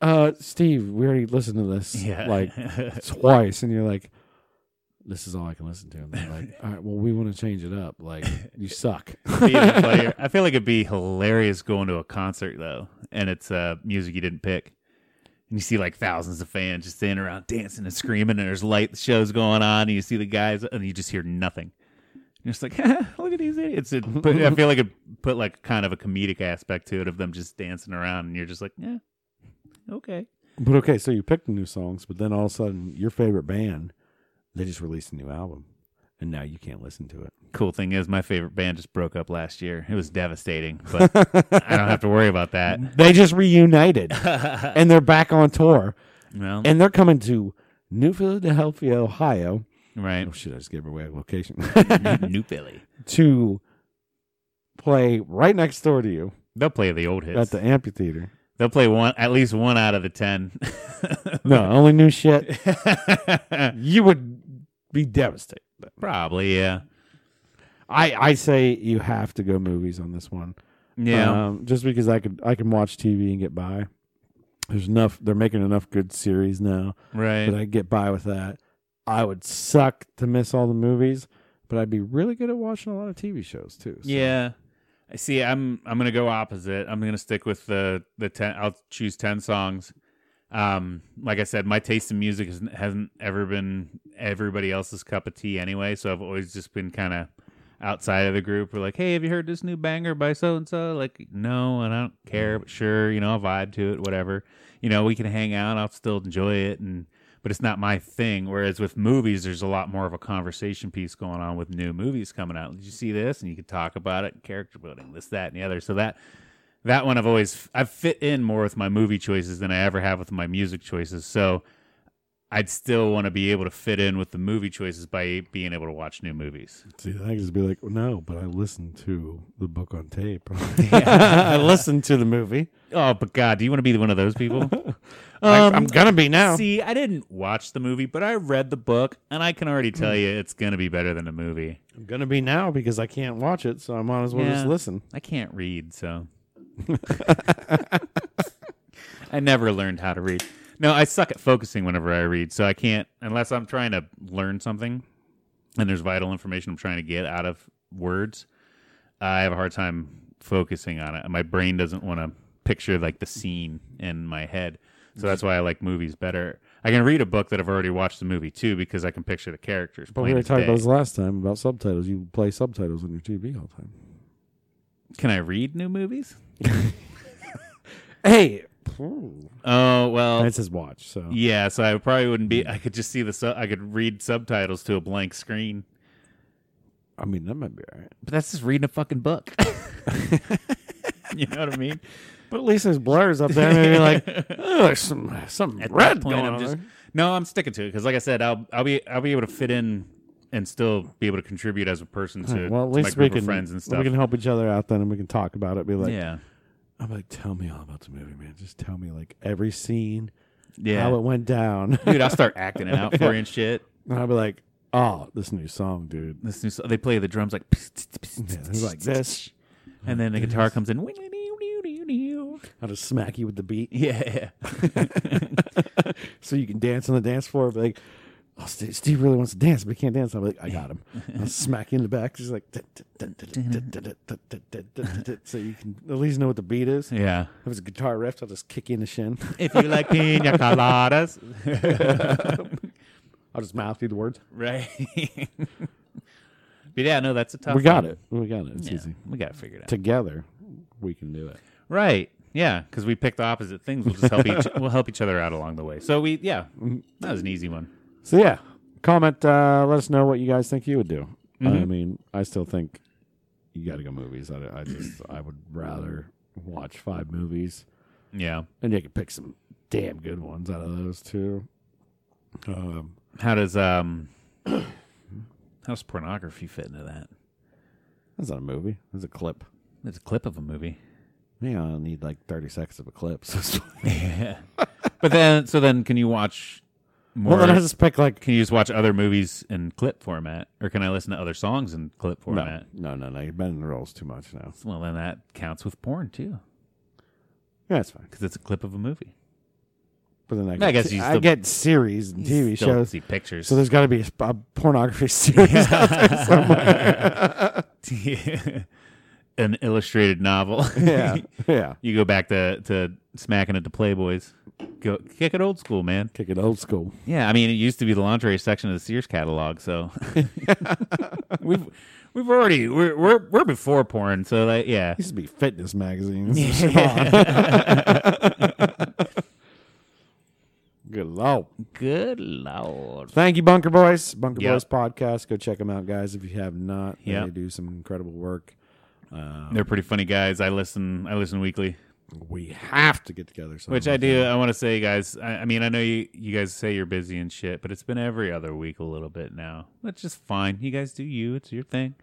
A: "Uh, Steve, we already listened to this
B: just, yeah,
A: like twice," and you're like. This is all I can listen to. And they're like, all right, well, we want to change it up. Like, you suck.
B: be even funnier. I feel like it'd be hilarious going to a concert though, and it's uh, music you didn't pick, and you see like thousands of fans just standing around dancing and screaming, and there's light shows going on, and you see the guys, and you just hear nothing. You're just like, look at these idiots. It put, I feel like it put like kind of a comedic aspect to it of them just dancing around, and you're just like, yeah, okay,
A: but okay, so you picked the new songs, but then all of a sudden, your favorite band, they just released a new album, and now you can't listen to it.
B: cool thing is my favorite band just broke up last year. It was devastating, but I don't have to worry about that.
A: They just reunited and they're back on tour
B: well,
A: and they're coming to New Philadelphia, Ohio.
B: right.
A: Oh shit, I just gave away a location.
B: New Philly.
A: to play right next door to you
B: They'll play the old
A: at
B: hits.
A: the amphitheater.
B: They'll play one at least one out of the ten.
A: No, only new shit. You would be devastated.
B: Probably, yeah.
A: I, I say you have to go movies on this one.
B: Yeah.
A: Um, just because I could I can watch TV and get by. There's enough they're making enough good series now.
B: right.
A: that I get by with that. I would suck to miss all the movies, but I'd be really good at watching a lot of TV shows too. so.
B: yeah. I see I'm I'm gonna go opposite. I'm gonna stick with the the ten I'll choose ten songs. Um, like I said, my taste in music has, hasn't ever been everybody else's cup of tea anyway, so I've always just been kind of outside of the group. We're like, hey, have you heard this new banger by so and so? Like, no, and I don't care, but sure, you know, I'll vibe to it, whatever. You know, we can hang out, I'll still enjoy it, and but it's not my thing. Whereas with movies, there's a lot more of a conversation piece going on with new movies coming out. Did you see this? And you can talk about it, character building, this, that, and the other. So that that one I've always I've fit in more with my movie choices than I ever have with my music choices. So I'd still want to be able to fit in with the movie choices by being able to watch new movies.
A: See, I could just be like, no, but I listened to the book on tape. I listened to the movie.
B: Oh, but God, do you want to be one of those people? Um,
A: I, am gonna be now.
B: See, I didn't watch the movie, but I read the book, and I can already tell you it's going to be better than the movie.
A: I'm gonna be now because I can't watch it, so I might as well just
B: Yeah.
A: listen.
B: I can't read, so I never learned how to read. No, I suck at focusing whenever I read, so I can't unless I'm trying to learn something and there's vital information I'm trying to get out of words. I have a hard time focusing on it. My brain doesn't want to picture like the scene in my head. So that's why I like movies better. I can read a book that I've already watched the movie too because I can picture the characters.
A: But
B: plain
A: we were
B: as
A: talking about
B: day.
A: this last time about subtitles. You play subtitles on your TV all the time.
B: Can I read new movies?
A: Hey,
B: Oh well,
A: that's his watch. So
B: Yeah, so I probably wouldn't
A: Hmm.
B: be. I could just see the. Su- I could read subtitles to a blank screen,
A: I mean, that might be all right.
B: but that's just reading a fucking book. you know what I mean?
A: But at least there's blurs up there. Maybe like oh, there's some some
B: At
A: red
B: that point,
A: going
B: I'm
A: on
B: just
A: there.
B: no. I'm sticking to it because, like I said, I'll I'll be I'll be able to fit in and still be able to contribute as a person to,
A: well, at
B: to my
A: least we
B: group
A: can
B: of friends and stuff.
A: we can help each other out then, and we can talk about it. Be like,
B: yeah,
A: I'm like, tell me all about the movie, man. Just tell me like every scene,
B: yeah.
A: how it went down.
B: Dude, I'll start acting it out for you and shit.
A: and I'll be like, oh, this new song, dude.
B: This new, so- they play the drums like,
A: Yeah, it's like this.
B: and then the guitar comes in.
A: I'll just smack you with the beat,
B: Yeah.
A: so you can dance on the dance floor. Be like, oh, Steve, Steve really wants to dance, but he can't dance. I'll be like, I got him. I'll smack you in the back. Just like, so you can at least know what the beat is.
B: Yeah.
A: If it's a guitar riff, I'll just kick you in the shin.
B: If you like pina coladas,
A: I'll just mouth you the words.
B: right? but yeah, no, that's a tough.
A: We got
B: one.
A: it. We got it. It's
B: Yeah,
A: easy.
B: we got it figured out.
A: Together, we can do it.
B: right? Yeah, because we picked opposite things. We'll just help each. We'll help each other out along the way. So we, yeah, that was an easy one.
A: So yeah, comment. Uh, let us know what you guys think you would do.
B: Mm-hmm.
A: I mean, I still think you got to go movies. I, I just I would rather watch five movies,
B: Yeah.
A: and you can pick some damn good ones out of those too. Um,
B: How does um, how does pornography fit into that?
A: that's not a movie. That's a clip.
B: It's a clip of a movie.
A: Yeah, I need like thirty seconds of a clip. So
B: Yeah. but then, so then, can you watch more?
A: well, then I just pick like
B: can you just watch other movies in clip format, or can I listen to other songs in clip format?
A: no, no, no, no. You've been in the roles too much now.
B: Well, then that counts with porn too,
A: Yeah, it's fine.
B: because it's a clip of a movie.
A: But then I get,
B: I guess you
A: I
B: still-
A: get series and TV
B: Still
A: shows.
B: see pictures.
A: So there's got to be a, sp- a pornography series out there somewhere.
B: an illustrated novel.
A: yeah, yeah.
B: you go back to to smacking it to Playboys. Go kick it old school, man.
A: Kick it old school.
B: Yeah, I mean it used to be the lingerie section of the Sears catalog, so we've we've already we're we're we're before porn, so like yeah.
A: Used to be fitness magazines. Good lord.
B: Good lord.
A: Thank you, Bunker Boys. Bunker
B: Yep.
A: Boys podcast. Go check them out, guys. If you have not,
B: Yep.
A: they do some incredible work.
B: They're pretty funny guys. I listen I listen weekly.
A: We have to get together. sometime.
B: Which I do. I want to say, guys. I, I mean, I know you, you guys say you're busy and shit, but it's been every other week a little bit now. That's just fine. You guys do you. It's your thing.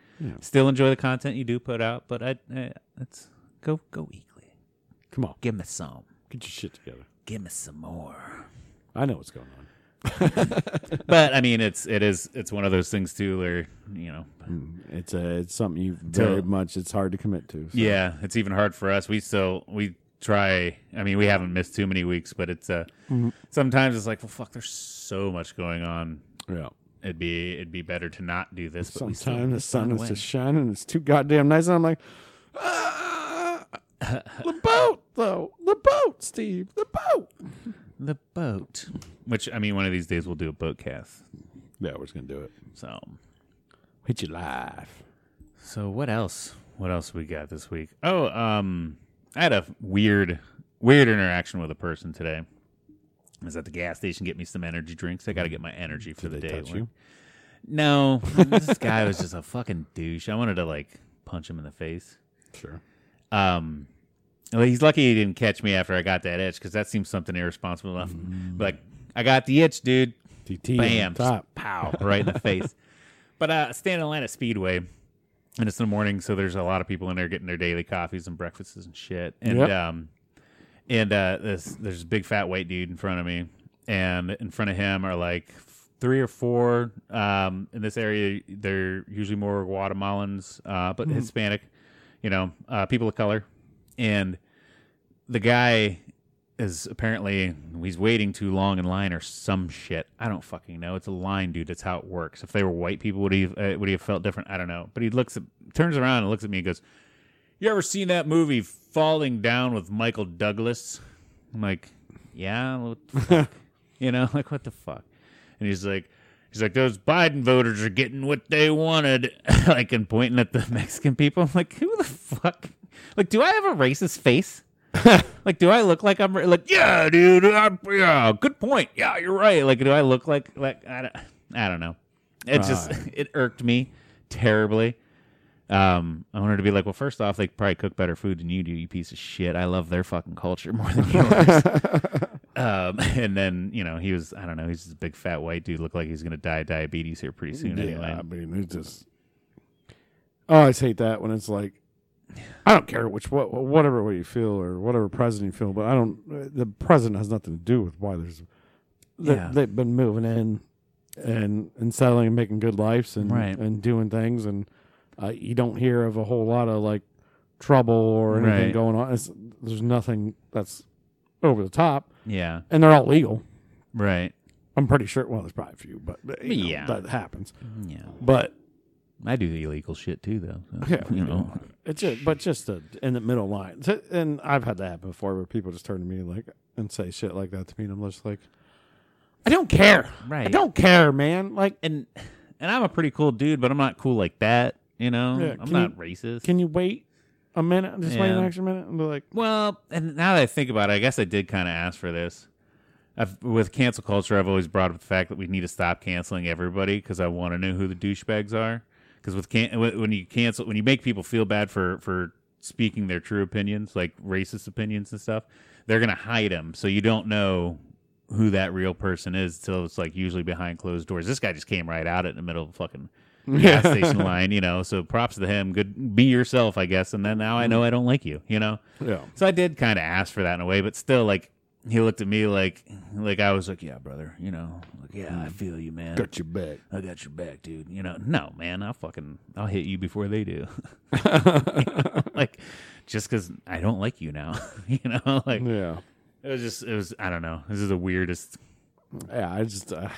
B: Still enjoy the content you do put out, but I, I let's go go weekly.
A: Come on,
B: Give me some.
A: get your shit together.
B: Give me some more.
A: I know what's going on.
B: but I mean, it's it is it's one of those things too, where you know,
A: It's a it's something you very
B: Till-
A: much. It's hard to commit to. so.
B: yeah, it's even hard for us. We still we try. I mean, we haven't missed too many weeks, but it's uh sometimes it's like, well, fuck. There's so much going on.
A: yeah.
B: it'd be it'd be better to not do this. But we still
A: Sometimes the sun
B: away.
A: is just shining. It's too goddamn nice. And I'm like, ah, the boat, though. The boat, Steve. The boat.
B: the boat. Which I mean, one of these days we'll do a boat cast.
A: Yeah, we're just going to do it.
B: So
A: Hit you live.
B: so what else? What else we got this week? Oh, um, I had a weird weird interaction with a person today. I was at the gas station get me some energy drinks. I got to get my energy for the
A: they
B: day. at
A: touch
B: work.
A: you?
B: No, this guy was just a fucking douche. I wanted to like punch him in the face.
A: Sure.
B: Um, well, he's lucky he didn't catch me after I got that itch because that seems something irresponsible enough. Like I got the itch, dude.
A: DT
B: Bam.
A: on top.
B: Pow. Right in the face. But uh, stay in Atlanta Speedway, and it's in the morning, so there's a lot of people in there getting their daily coffees and breakfasts and shit. And
A: Yep.
B: um, and uh, this, there's a big fat white dude in front of me, and in front of him are like three or four. Um, in this area, they're usually more Guatemalans, uh,
A: Mm-hmm.
B: but Hispanic, you know, uh, people of color, and the guy is apparently he's waiting too long in line or some shit. I don't fucking know. It's a line, dude. That's how it works. If they were white people, would he have, uh, would he have felt different? I don't know. But he looks, at, turns around and looks at me and goes, "You ever seen that movie Falling Down with Michael Douglas?" I'm like, "Yeah, what the fuck?" you know, like what the fuck? And he's like. He's like, those Biden voters are getting what they wanted. like, and pointing at the Mexican people. I'm like, who the fuck? Like, do I have a racist face? Like, do I look like I'm like, yeah, dude, I'm, yeah, good point. Yeah, you're right. Like, do I look like like I don't, I don't know. It just it irked me terribly. Um, I wanted to be like, well, first off, they probably cook better food than you do, you piece of shit. I love their fucking culture more than yours. um, and then you know he was, I don't know, he's just a big fat white dude. Looked like he's gonna die of diabetes here pretty soon. anyway,
A: I mean, it's just. I always hate that when it's like, I don't care which what whatever way you feel or whatever president you feel, but I don't. The president has nothing to do with why there's. they-
B: Yeah.
A: They've been moving in, and and settling and making good lives and
B: Right.
A: and doing things, and uh, you don't hear of a whole lot of like trouble or anything
B: Right.
A: going on. It's, there's nothing that's over the top,
B: yeah,
A: and they're all legal.
B: right,
A: I'm pretty sure. Well, there's probably a few, but you know,
B: Yeah.
A: that happens.
B: yeah.
A: But
B: I do the illegal shit too, though. so,
A: Yeah, we
B: you
A: do.
B: know,
A: It's just, but just a, in the middle line, So- and I've had that happen before, where people just turn to me like and say shit like that to me, and I'm just like, I don't care,
B: Right.
A: I don't care, man. Like,
B: and and I'm a pretty cool dude, but I'm not cool like that. You know,
A: Yeah,
B: I'm
A: can
B: not
A: you-
B: racist.
A: can you wait a minute? Just wait
B: Yeah.
A: an extra minute, and be like,
B: well, and now that I think about it, I guess I did kind of ask for this. I've, with cancel culture, I've always brought up the fact that we need to stop canceling everybody because I want to know who the douchebags are. Because with can- when when you cancel, when you make people feel bad for for speaking their true opinions, like racist opinions and stuff, they're gonna hide them, so you don't know who that real person is till it's like usually behind closed doors. This guy just came right out in the middle of fucking gas station line, you know. So props to him. Good, be yourself, I guess. And then now I know I don't like you, you know.
A: yeah,
B: So I did kind of ask for that in a way, but still, like he looked at me like, like I was like, yeah, brother, you know, like yeah, I feel you, man.
A: your back.
B: I got your back, dude. You know, no, man, I'll fucking, I'll hit you before they do. like, just because I don't like you now, you know, like
A: Yeah,
B: it was just, it was, I don't know. This is the weirdest.
A: yeah. I just uh,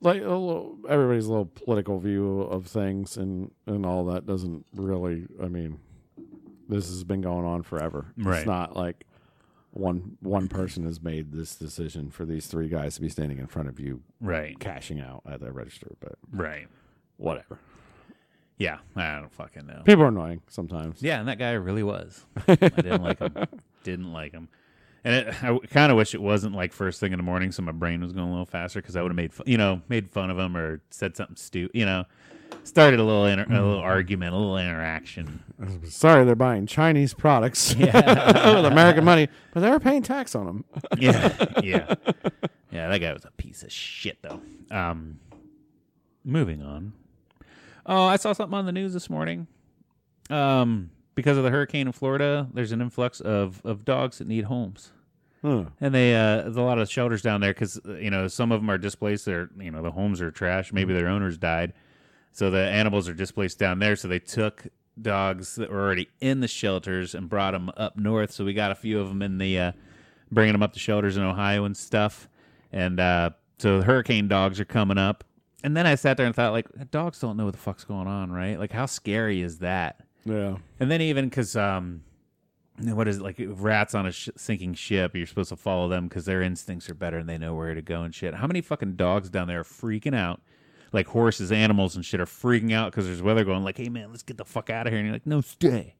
A: like a little, everybody's little political view of things and and all that doesn't really. I mean, this has been going on forever.
B: Right.
A: It's not like one one person has made this decision for these three guys to be standing in front of you
B: Right.
A: cashing out at the register, but
B: Right.
A: whatever.
B: Yeah. I don't fucking know.
A: People are annoying sometimes.
B: Yeah, and that guy really was. I didn't like him. Didn't like him. And it, I kind of wish it wasn't like first thing in the morning, so my brain was going a little faster because I would have made fu- you know made fun of him or said something stupid. You know, started a little inter- a little argument, a little interaction.
A: Sorry, they're buying Chinese products with American money, but they're paying tax on them.
B: Yeah, yeah, yeah. That guy was a piece of shit though. Um, moving on. Oh, I saw something on the news this morning. Um, because of the hurricane in Florida, there's an influx of of dogs that need homes.
A: Huh.
B: And they, uh, there's a lot of shelters down there because you know some of them are displaced. They're you know the homes are trash. Maybe their owners died, so the animals are displaced down there. So they took dogs that were already in the shelters and brought them up north. So we got a few of them in the uh, bringing them up to shelters in Ohio and stuff. And uh, so the hurricane dogs are coming up. And then I sat there and thought, like, dogs don't know what the fuck's going on, right? Like, how scary is that?
A: Yeah.
B: And then even because um, what is it like rats on a sh- sinking ship? You're supposed to follow them because their instincts are better and they know where to go and shit. How many fucking dogs down there are freaking out? Like horses, animals, and shit are freaking out because there's weather going. Like, hey man, let's get the fuck out of here. And you're like, no, stay,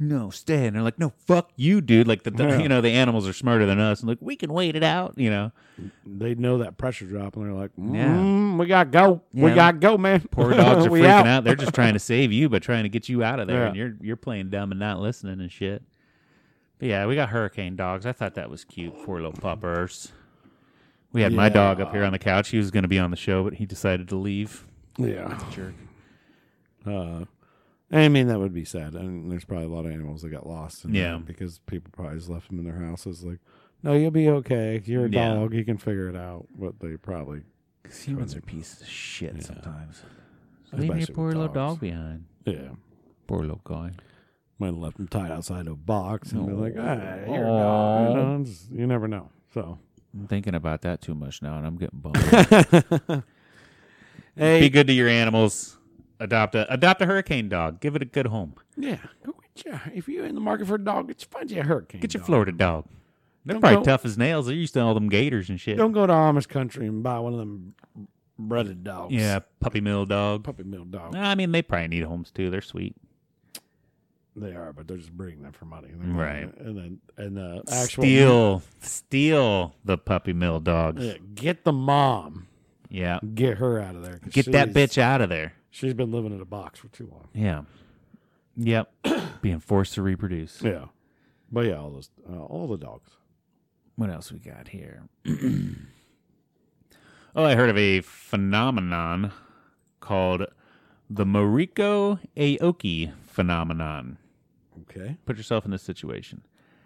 B: no, stay. And they're like, no, fuck you, dude. Like the do-
A: Yeah.
B: you know the animals are smarter than us and like we can wait it out. You know,
A: They know that pressure drop and they're like, mm, we got to go. We
B: Yeah.
A: got to go, man.
B: poor dogs are
A: We
B: freaking out. They're just trying to save you by trying to get you out of there,
A: Yeah.
B: and you're you're playing dumb and not listening and shit. But yeah, we got hurricane dogs. I thought that was cute. Poor little puppers. We had my dog
A: Yeah.
B: up here on the couch. He was going to be on the show, but he decided to leave.
A: Yeah.
B: Jerk.
A: Uh, I mean, that would be sad. and there's probably a lot of animals that got lost. In that
B: Yeah.
A: because people probably just left them in their houses. Like, no, you'll be okay. You're a
B: Yeah.
A: dog. You can figure it out. But they probably.
B: Because humans are pieces of shit sometimes.
A: Especially
B: Leave your
A: with
B: poor little
A: dogs.
B: dog behind.
A: Yeah.
B: Poor little guy.
A: Might have left them tied outside a box and be like, ah, you're a
B: Aw.
A: dog. You, know, it's- you never know. So.
B: I'm thinking about that too much now, and I'm getting bummed.
A: Hey.
B: Be good to your animals. Adopt a adopt a hurricane dog. Give it a good home.
A: yeah. Go get you. If you're in the market for a dog, get you, find you a hurricane.
B: Get your
A: dog.
B: Florida dog. They're
A: Don't
B: probably
A: go-
B: tough as nails. They're used to all them gators and shit.
A: Don't go to Amish country and buy one of them breaded dogs.
B: Yeah, puppy mill dog.
A: Puppy mill dogs.
B: I mean, they probably need homes too. They're sweet.
A: They are, but they're just breeding them for money. They're
B: Right.
A: not- And then and the actual
B: steal, steal the puppy mill dogs.
A: Yeah, get the mom.
B: Yeah,
A: Get her out of there. 'cause
B: get that
A: she's-
B: bitch out of there.
A: She's been living in a box for too long.
B: Yeah, yep. Being forced to reproduce.
A: Yeah. But yeah, all those uh, all the dogs.
B: What else we got here? oh, I heard of a phenomenon called the Moriko Aoki phenomenon.
A: Okay.
B: Put yourself in this situation.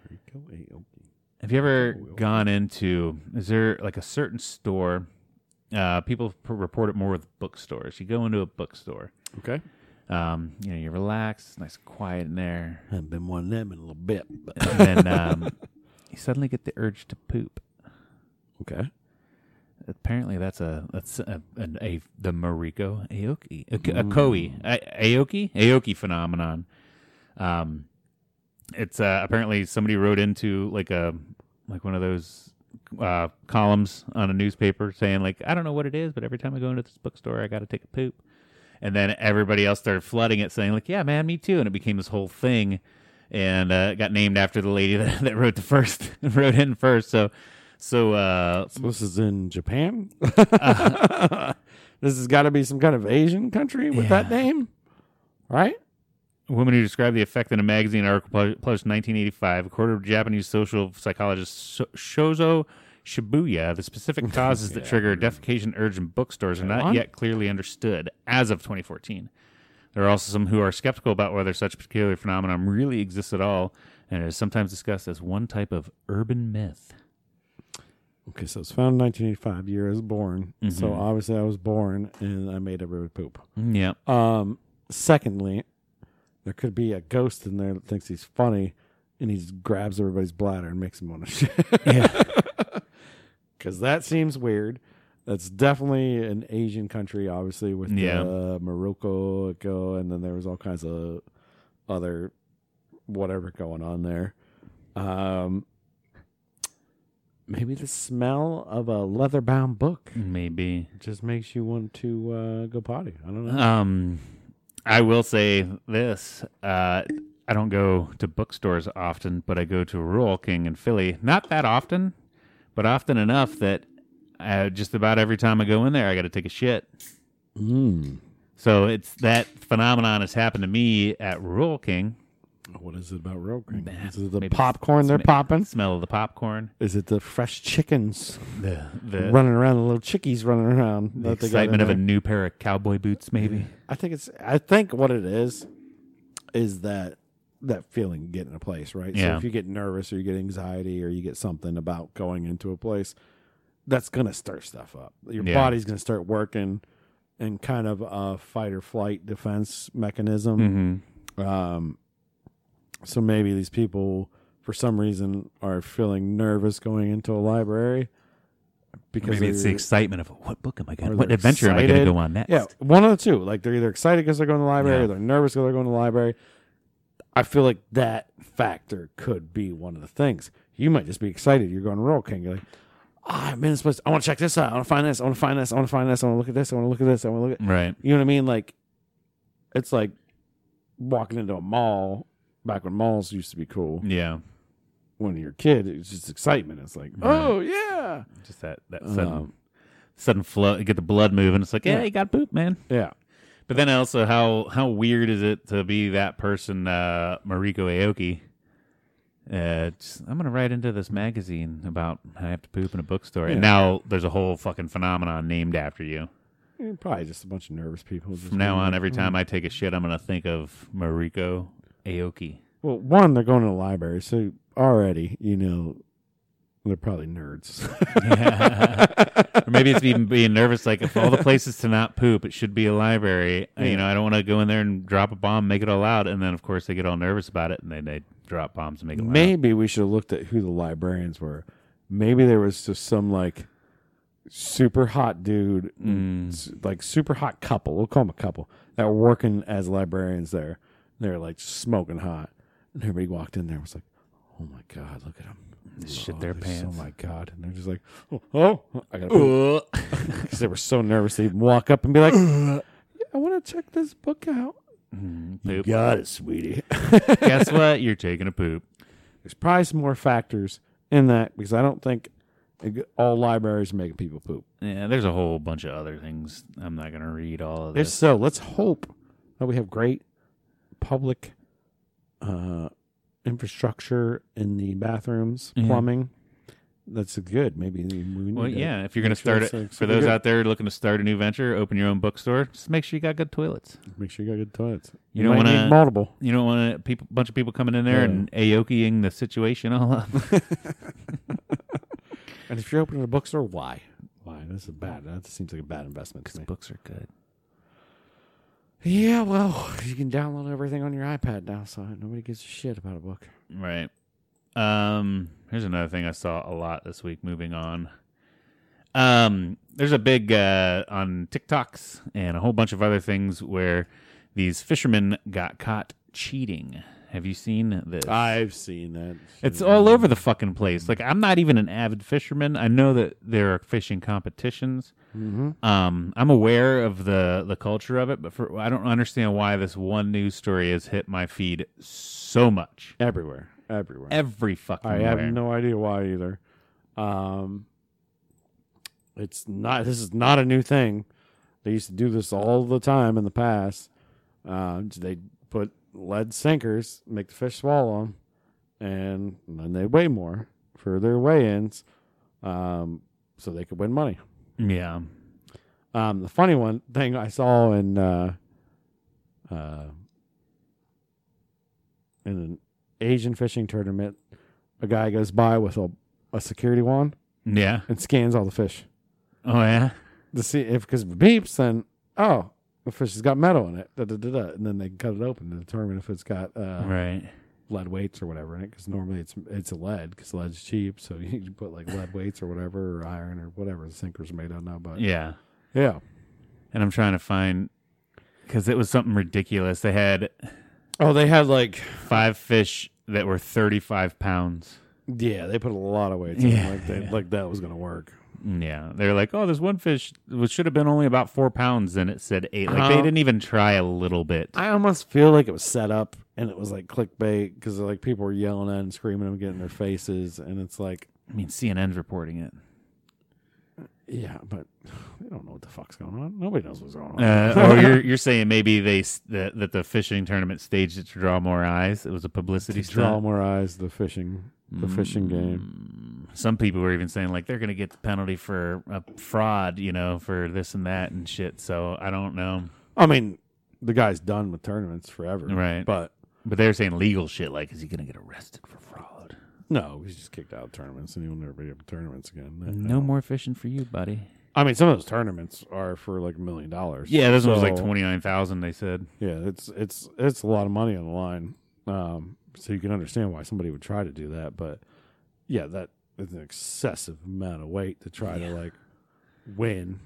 A: Rico Aoki.
B: Have you ever
A: Oh, we all-
B: gone into? Is there like a certain store? Uh, people p- report it more with bookstores. You go into a bookstore.
A: Okay.
B: Um, you know, you're relaxed. It's nice, and quiet in there.
A: Haven't been one of them in a little bit, but
B: And then um, you suddenly get the urge to poop.
A: okay.
B: Apparently, that's a that's a, an a the Mariko Aoki a, a Koi a, Aoki Aoki phenomenon. Um, it's uh, apparently somebody wrote into like a like one of those uh, columns on a newspaper saying like I don't know what it is, but every time I go into this bookstore, I got to take a poop. And then everybody else started flooding it, saying like Yeah, man, me too. And it became this whole thing, and uh, it got named after the lady that, that wrote the first wrote in first. So. So uh,
A: So this is in Japan. this has got to be some kind of Asian country with that
B: Yeah.
A: name, right?
B: woman who described the effect in a magazine article pu- published in 1985, according to Japanese social psychologist Sho- Shozo Shibuya, the specific causes that trigger a defecation urge in bookstores are not
A: on.
B: yet clearly understood as of 2014. There are also some who are skeptical about whether such particular phenomenon really exists at all, and it is sometimes discussed as one type of urban myth.
A: Okay, so it's found in 1985. Year I was born, so obviously I was born, and I made everybody poop.
B: Yeah,
A: Um, secondly, there could be a ghost in there that thinks he's funny, and he just grabs everybody's bladder and makes them want to shit.
B: Yeah.
A: because that seems weird. That's definitely an Asian country, obviously with
B: Yeah.
A: the Morocco, go, and then there was all kinds of other whatever going on there. Um, maybe the smell of a leather-bound book
B: maybe.
A: just makes you want to uh, go potty. I don't know.
B: Um, I will say this: uh, I don't go to bookstores often, but I go to Rural King in Philly. Not that often, but often enough that uh just about every time I go in there, I got to take a shit. Hmm.
A: Mm.
B: So it's that phenomenon has happened to me at Rural King.
A: What is it about road cream?
B: Man,
A: Is it the
B: maybe
A: popcorn they're popping?
B: Smell of the popcorn,
A: Is it the fresh chickens
B: the the,
A: running around, the little chickies running around?
B: the
A: that they got in
B: excitement of a
A: there?
B: new pair of cowboy boots, maybe.
A: I think it's. I think what it is is that that feeling you get in a place, right? So
B: Yeah.
A: if you get nervous or you get anxiety or you get something about going into a place, that's gonna stir stuff up. Your
B: Yeah.
A: body's gonna start working and kind of a fight or flight defense mechanism.
B: Mm-hmm.
A: Um, so maybe these people, for some reason, are feeling nervous going into a library because
B: Maybe it's the
A: they're-
B: excitement of what book am I
A: or
B: going? What
A: they're
B: adventure am I going
A: excited.
B: to go on next?
A: yeah, one of the two. Like they're either excited because they're going to the library,
B: Yeah.
A: or they're nervous because they're going to the library. I feel like that factor could be one of the things. You might just be excited. You're going to Royal King. You're like, ah, I'm in this place. I want to check this out. I want to find this. I want to find this. I want to find this. I want to look at this. I want to look at this. I want to look at.
B: Right.
A: You know what I mean? Like, it's like walking into a mall. Back when malls used to be cool,
B: Yeah.
A: when you're a kid, it's just excitement. It's like,
B: Right.
A: oh yeah,
B: Just that that sudden
A: Um,
B: sudden flow, get the blood moving. It's like, yeah,
A: Yeah.
B: you got poop, man.
A: yeah,
B: But then also, how how weird is it to be that person, uh, Mariko Aoki, Uh, just, I'm gonna write into this magazine about I have to poop in a bookstore, and now there's a whole fucking phenomenon named after you.
A: Eh, Probably just a bunch of nervous people. Just
B: From now on, every time I take a shit, I'm gonna think of Mariko Aoki.
A: Well, one, they're going to the library, so already you know they're probably nerds.
B: or maybe it's even being nervous. Like if all the places to not poop, it should be a library. Uh, You know, I don't want to go in there and drop a bomb, make it all out, and then of course they get all nervous about it, and then they drop bombs and make it loud.
A: Maybe we should have looked at who the librarians were. Maybe there was just some like super hot dude,
B: Mm.
A: s- like super hot couple. We'll call them a couple that were working as librarians there. They're like smoking hot, and everybody walked in there and was like, "Oh my god, look at them!"
B: shit their pants.
A: Oh my god, and they're just like, "Oh, oh I gotta poop."
B: Ugh.
A: 'Cause they were so nervous they even walk up and be like, "Yeah, "I want to check this book out."
B: Poop.
A: Got it, sweetie.
B: Guess what? You're taking a poop.
A: There's probably some more factors in that because I don't think it- all libraries are making people poop.
B: Yeah, there's a whole bunch of other things. I'm not gonna read all of
A: If
B: this.
A: so, let's hope that we have great public uh, infrastructure in the bathrooms,
B: Yeah.
A: plumbing. That's good. Maybe we need
B: Well,
A: to-
B: yeah. If you're gonna
A: make sure
B: start
A: it's,
B: it,
A: like,
B: for
A: super
B: those
A: good.
B: out there looking to start a new venture, open your own bookstore. Just make sure you got good toilets.
A: Make sure you got good toilets.
B: You
A: You,
B: don't
A: might
B: wanna-
A: need multiple.
B: You don't want a people, bunch of people coming in there
A: Yeah.
B: and aokiing the situation all up.
A: And if you're opening a bookstore, why? Why? This is bad. That seems like a bad investment to me.
B: Books are good.
A: Yeah, well, you can download everything on your iPad now, so nobody gives a shit about a book.
B: Right. Um, here's another thing I saw a lot this week. Moving on. Um, there's a big uh, on TikToks and a whole bunch of other things where these fishermen got caught cheating. Have you seen this?
A: I've seen that.
B: It's all over the fucking place. Like I'm not even an avid fisherman. I know that there are fishing competitions. Um, I'm aware of the the culture of it, but for, I don't understand why this one news story has hit my feed so much.
A: everywhere, everywhere.
B: Every fucking.
A: I have
B: where.
A: no idea why either. Um, it's not. This is not a new thing. They used to do this all the time in the past. Uh, they put lead sinkers, make the fish swallow them, and then they weigh more for their weigh-ins, um, so they could win money.
B: Yeah.
A: Um, the funny one thing I saw in uh, uh, in an Asian fishing tournament, a guy goes by with a, a security wand
B: Yeah.
A: and scans all the fish
B: Oh yeah.
A: to see if because it beeps, then oh, the fish has got metal in it, da, da, da, da, and then they cut it open to determine if it's got uh,
B: Right.
A: lead weights or whatever in it. Because normally it's it's a lead because lead's cheap, so you can put like lead weights or whatever or iron or whatever the sinkers are made out now. But
B: Yeah.
A: yeah.
B: And I'm trying to find because it was something ridiculous. They had
A: Oh, they had like
B: five fish that were 35 pounds.
A: Yeah, they put a lot of weight. in
B: Yeah.
A: like they, like that was gonna work.
B: Yeah, they're like, oh, this one fish was, should have been only about four pounds, and it said eight. Like they
A: Oh.
B: didn't even try a little bit.
A: I almost feel like it was set up and it was like clickbait because like people were yelling at and screaming and getting their faces, and it's like,
B: I mean, CNN's reporting it.
A: yeah, but they don't know what the fuck's going on. Nobody knows what's going on.
B: Uh, or you're you're saying maybe they s- that, that the fishing tournament staged it to draw more eyes. It was a publicity
A: to draw
B: stunt.
A: more eyes, the fishing, the fishing
B: Mm.
A: game.
B: Some people were even saying like they're going to get the penalty for a fraud, you know, for this and that and shit. So I don't know,
A: I mean, the guy's done with tournaments forever,
B: Right.
A: But
B: but they were saying legal shit. Like, is he going to get arrested for fraud?
A: no, he's just kicked out of tournaments, and he'll never be up to tournaments again. I- I
B: No
A: don't-
B: more fishing for you, buddy.
A: I mean, some of those tournaments are for like a million dollars.
B: Yeah, this one was like
A: So-
B: twenty nine thousand. They said.
A: Yeah, it's it's it's a lot of money on the line. Um, so you can understand why somebody would try to do that, but yeah, that is an excessive amount of weight to try to like win.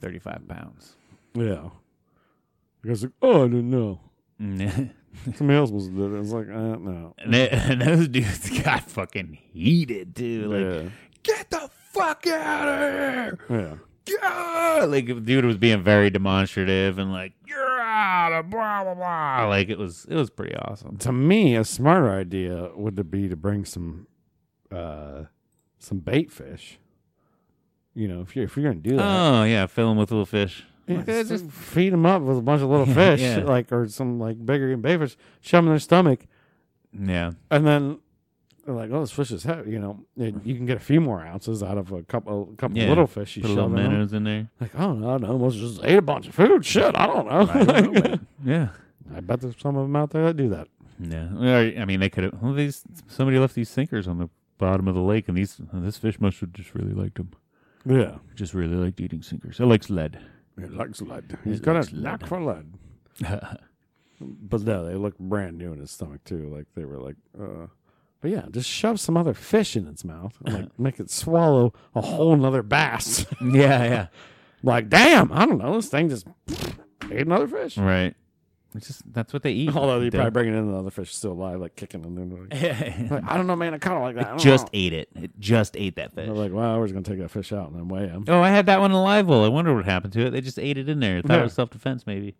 B: 35 pounds.
A: Yeah. Because like, oh, I didn't know.
B: and,
A: Somebody else was doing it. It's like, I don't know.
B: they- and those dudes got fucking heated, too. Like, get the fuck out of here.
A: yeah. Yeah.
B: Yeah! Like, the dude was being very demonstrative and like, you're out of blah, blah, blah. Like, it was, it was pretty awesome.
A: To me, a smarter idea would be to bring some uh some bait fish. You know, if you're if you're gonna do that.
B: Oh, yeah. Fill them with little fish.
A: Yeah,
B: Like,
A: just,
B: it's just-
A: feed them up with a bunch of little
B: Yeah,
A: fish,
B: yeah.
A: like or some like bigger and baby fish, shove 'em in their stomach,
B: yeah.
A: and then they're like, oh, this fish is heavy. You know, and you can get a few more ounces out of a couple, a couple
B: Yeah.
A: little fish. You
B: Put a little
A: shove in 'em.
B: minnows in there.
A: Like, oh no, no, must just ate a bunch of food. Shit, I don't know.
B: I don't know,
A: Like,
B: man. yeah.
A: I bet there's some of them out there that do that.
B: Yeah, Or, I mean, they could have. Well, these somebody left these sinkers on the bottom of the lake, and these this fish must have just really liked them.
A: Yeah,
B: Just really liked eating sinkers. It likes lead.
A: he likes lead. He's
B: He
A: got
B: likes
A: a knack for lead. But no, they look brand new in his stomach too. Like they were like, uh. But yeah, just shove some other fish in its mouth and like make it swallow a whole nother bass.
B: yeah,
A: like, damn, I don't know. This thing just ate another fish.
B: yeah. Right. It's just that's what they eat.
A: Although you're
B: They-
A: probably bringing in another fish still alive, like kicking them. and Like, like, I don't know, man. I caught it like that. I don't
B: just
A: know."
B: ate it. It just ate that fish.
A: They're like, wow, we're just gonna take that fish out and then weigh him.
B: oh, I had that one alive. Well, I wonder what happened to it. They just ate it in there. Thought
A: Yeah.
B: it was self defense, maybe.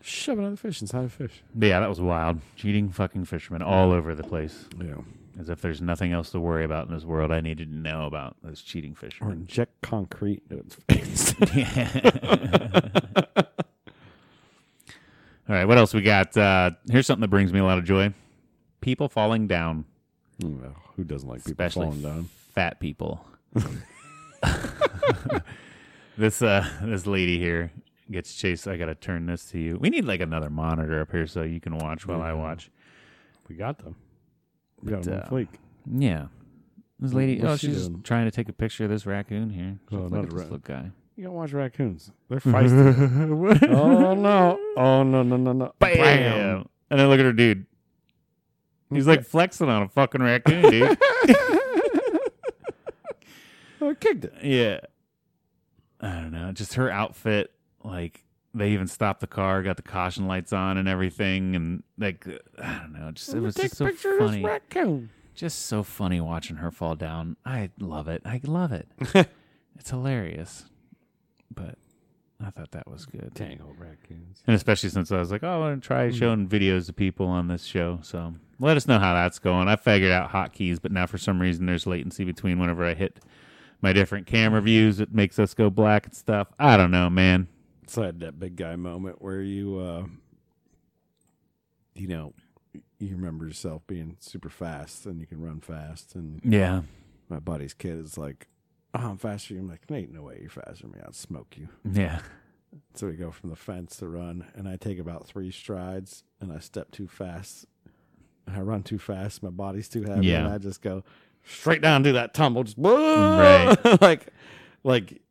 A: Shove another fish inside a fish.
B: But yeah, that was wild. Cheating fucking fishermen all over the place.
A: Yeah.
B: As if there's nothing else to worry about in this world, I needed to know about those cheating
A: Or
B: fishermen.
A: inject concrete in its face.
B: All right, what else we got? Uh, here's something that brings me a lot of joy: people falling down,
A: Mm, well, Who doesn't like people
B: especially
A: falling down?
B: fat people. this uh, this lady here gets chased. I gotta turn this to you. We need like another monitor up here so you can watch while I watch.
A: We got them. We got
B: But,
A: them
B: uh,
A: on fleek.
B: Yeah, this lady.
A: What's
B: oh,
A: she
B: she's
A: doing?
B: trying to take a picture of this raccoon here.
A: Oh,
B: Look
A: not
B: at
A: a
B: this
A: rat.
B: little guy.
A: You gotta watch raccoons. They're feisty. oh no! Oh no! No no no!
B: Bam! And then look at her dude. He's like flexing on a fucking raccoon, dude.
A: Oh, I kicked it.
B: yeah. I don't know. Just her outfit, like they even stopped the car, got the caution lights on and everything, and like I don't know. Just it
A: Let me
B: was
A: take
B: just
A: a
B: so
A: picture of this
B: funny.
A: raccoon.
B: Just so funny watching her fall down. I love it. I love it. it's hilarious. But I thought that was good.
A: Dang old raccoons.
B: And especially since I was like, oh, I want to try showing videos to people on this show. So let us know how that's going. I figured out hotkeys, but now for some reason there's latency between whenever I hit my different camera views. It makes us go black and stuff. I don't know, man.
A: So I had that big guy moment where you, uh, you know, you remember yourself being super fast and you can run fast and
B: Yeah.
A: my buddy's kid is like, oh, I'm faster. than you." I'm like, Nate, no way you're faster than me. I'll smoke you.
B: Yeah.
A: So we go from the fence to run, and I take about three strides, and I step too fast. I run too fast. My body's too heavy,
B: Yeah.
A: and I just go straight down and do that tumble. Just whoa!
B: Right.
A: like, like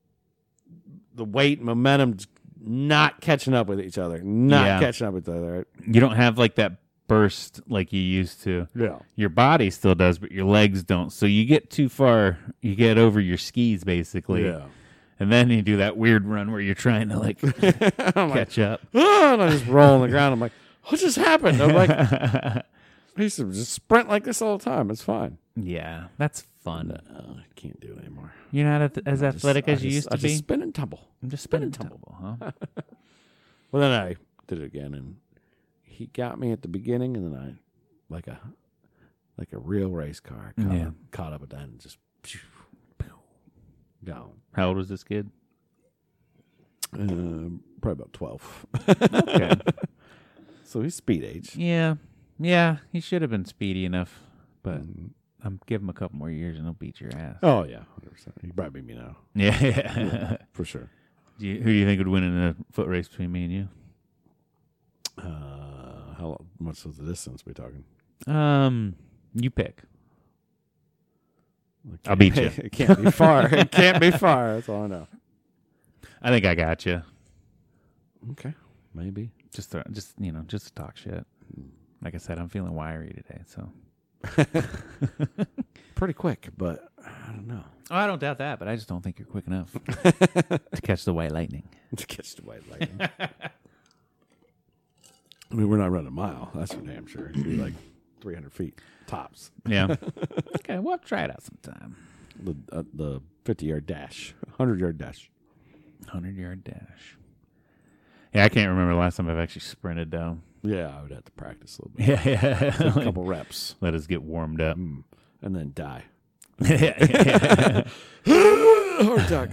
A: the weight, momentum, just not catching up with each other. Not
B: Yeah.
A: catching up with each other.
B: You don't have like that burst like you used to.
A: Yeah.
B: Your body still does, but your legs don't. So you get too far, you get over your skis basically.
A: Yeah.
B: And then you do that weird run where you're trying to like
A: I'm like,
B: catch up.
A: "Ah," and I just roll on the ground. I'm like, what just happened? I'm like, I used to just sprint like this all the time. It's fine.
B: yeah. That's fun.
A: Oh, I can't do it anymore.
B: You're not ath- as athletic
A: I
B: as you
A: just-
B: used to
A: I
B: be.
A: Just spin and tumble.
B: I'm just
A: spin and
B: huh?
A: Well, then I did it again, and he got me at the beginning, and then I, like a, like a real race car, caught,
B: Yeah.
A: up, caught up with that, and just phew, phew, down.
B: How old was this kid?
A: Um, probably about twelve.
B: Okay.
A: so he's speed age.
B: yeah, yeah. He should have been speedy enough, but
A: Mhm.
B: I'm give him a couple more years and he'll beat your ass.
A: Oh yeah, 100%. he probably beat me now
B: Yeah. yeah.
A: for sure.
B: do you, who do you think would win in a foot race between me and you?
A: Uh, how lo- much was the distance we talking?
B: Um, you pick.
A: It
B: I'll
A: can't-
B: beat you.
A: it can't be far. It can't be far. That's all I know.
B: I think I got you.
A: Okay, maybe.
B: Just, throw, just you know, just to talk shit. Like I said, I'm feeling wiry today, so.
A: pretty quick, but I don't know.
B: Oh, I don't doubt that, but I just don't think you're quick enough to catch the white lightning.
A: To catch the white lightning. I mean, we're not running a mile. That's for damn sure. It'd be like 300 feet tops.
B: Yeah. okay, we'll try it out sometime.
A: The uh, the 50 yard dash, 100 yard dash.
B: Hundred yard dash. Yeah, I can't remember the last time I've actually sprinted down.
A: Yeah, I would have to practice a little bit.
B: Yeah, yeah.
A: A couple reps, Hmm.
B: Let us get warmed up.
A: and then die.
B: but
A: Hard attack.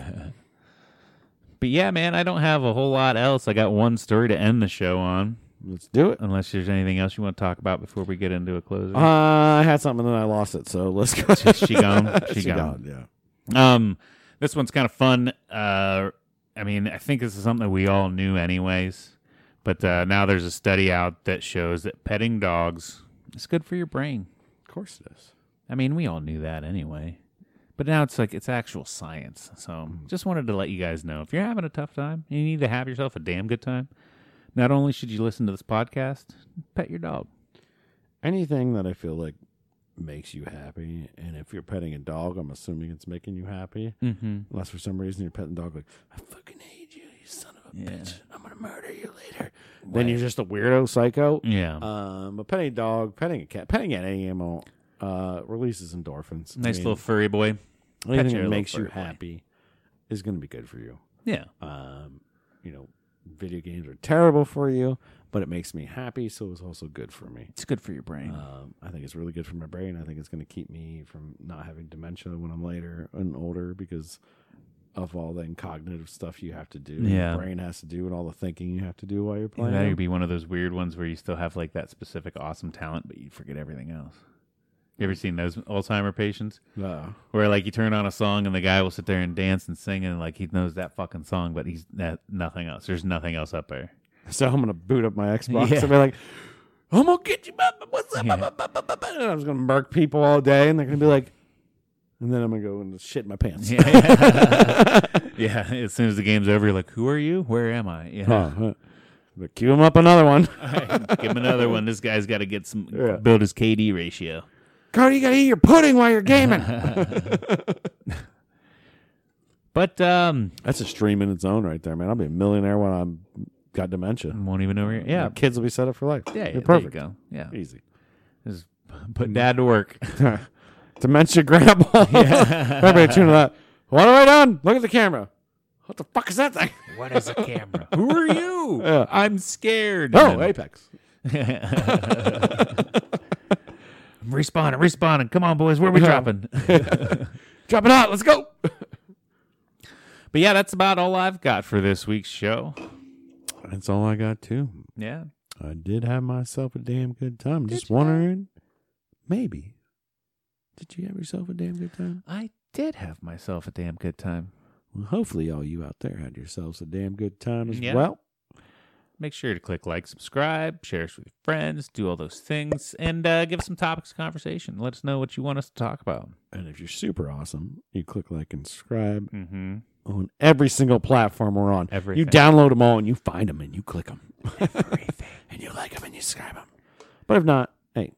B: yeah, man, I don't have a whole lot else. I got one story to end the show on.
A: Let's do it. Uh,
B: Unless there's anything else you want to talk about before we get into a closer.
A: I had something and then I lost it, so let's go.
B: She- she gone? She gone.
A: Yeah.
B: Um, this one's kind of fun. Uh, I mean, I think this is something we all knew, anyways. But uh, now there's a study out that shows that petting dogs is good for your brain.
A: Of course it is.
B: I mean, we all knew that anyway. But now it's like it's actual science. So just wanted to let you guys know if you're having a tough time, and you need to have yourself a damn good time. Not only should you listen to this podcast, pet your dog.
A: Anything that I feel like makes you happy, and if you're petting a dog, I'm assuming it's making you happy.
B: Mm-hmm.
A: Unless for some reason you're petting a dog, like I fucking hate you, you son of a
B: Yeah.
A: bitch. I'm gonna murder you later. Then you're just a weirdo psycho.
B: Yeah.
A: Um, but petting a dog, petting a cat, petting any animal uh, releases endorphins. I
B: nice
A: mean,
B: little furry boy. pet your
A: anything that
B: little
A: makes you
B: furry boy.
A: happy is going to be good for you.
B: Yeah.
A: Um, you know, video games are terrible for you, but it makes me happy, so it's also good for me.
B: It's good for your brain.
A: Um, I think it's really good for my brain. I think it's going to keep me from not having dementia when I'm later and older because of all the cognitive stuff you have to do, and
B: Yeah.
A: your brain has to do, and all the thinking you have to do while you're playing.
B: That
A: them.
B: could be one of those weird ones where you still have like that specific awesome talent, but you forget everything else. You ever seen those Alzheimer patients
A: No.
B: where like you turn on a song and the guy will sit there and dance and sing and like he knows that fucking song, but he's that nothing else. There's nothing else up there.
A: So I'm gonna boot up my Xbox
B: Yeah.
A: and be like, "I'm gonna get you, Bubba. What's up?"
B: Yeah.
A: Bubba, Bubba, Bubba?" And I'm just gonna murk people all day, and they're gonna be like, and then I'm gonna go and shit my pants.
B: Yeah. yeah. As soon as the game's over, you're like, who are you? Where am I? Yeah.
A: Huh, huh. Uh, But cue him up another one.
B: Give him another one. This guy's got to get some
A: Yeah.
B: build his KD ratio.
A: Cody, you gotta eat your pudding while you're gaming.
B: But um,
A: That's a stream in its own, right there, man. I'll be a millionaire when I'm got dementia.
B: won't even know where. Yeah.
A: My kids will be set up for life.
B: Yeah.
A: They're
B: yeah there you
A: perfect.
B: go. Yeah.
A: Easy.
B: Just put dad to work.
A: Dementia grandpa. Everybody tune it up. What have I done? Look at the camera. What the fuck is that thing?
B: What is a camera? Who are you?
A: Yeah.
B: I'm scared.
A: Oh, Apex.
B: I'm respawning, respawning. Come on, boys. Where are we dropping?
A: Drop it out. Let's go.
B: but yeah, that's about all I've got for this week's show.
A: That's all I got too.
B: Yeah.
A: I did have myself a damn good time. Just wondering, maybe, did you have yourself a damn good time?
B: I did have myself a damn good time.
A: Well, hopefully, all you out there had yourselves a damn good time as
B: Yeah.
A: well.
B: Make sure to click like, subscribe, share us with your friends, do all those things, and uh, give us some topics of conversation. Let us know what you want us to talk about.
A: And if you're super awesome, you click like and subscribe
B: Mm-hmm.
A: on every single platform we're on.
B: Everything.
A: You download them all and you find them and you click them. Everything. and you like them and you subscribe them. But if not, hey,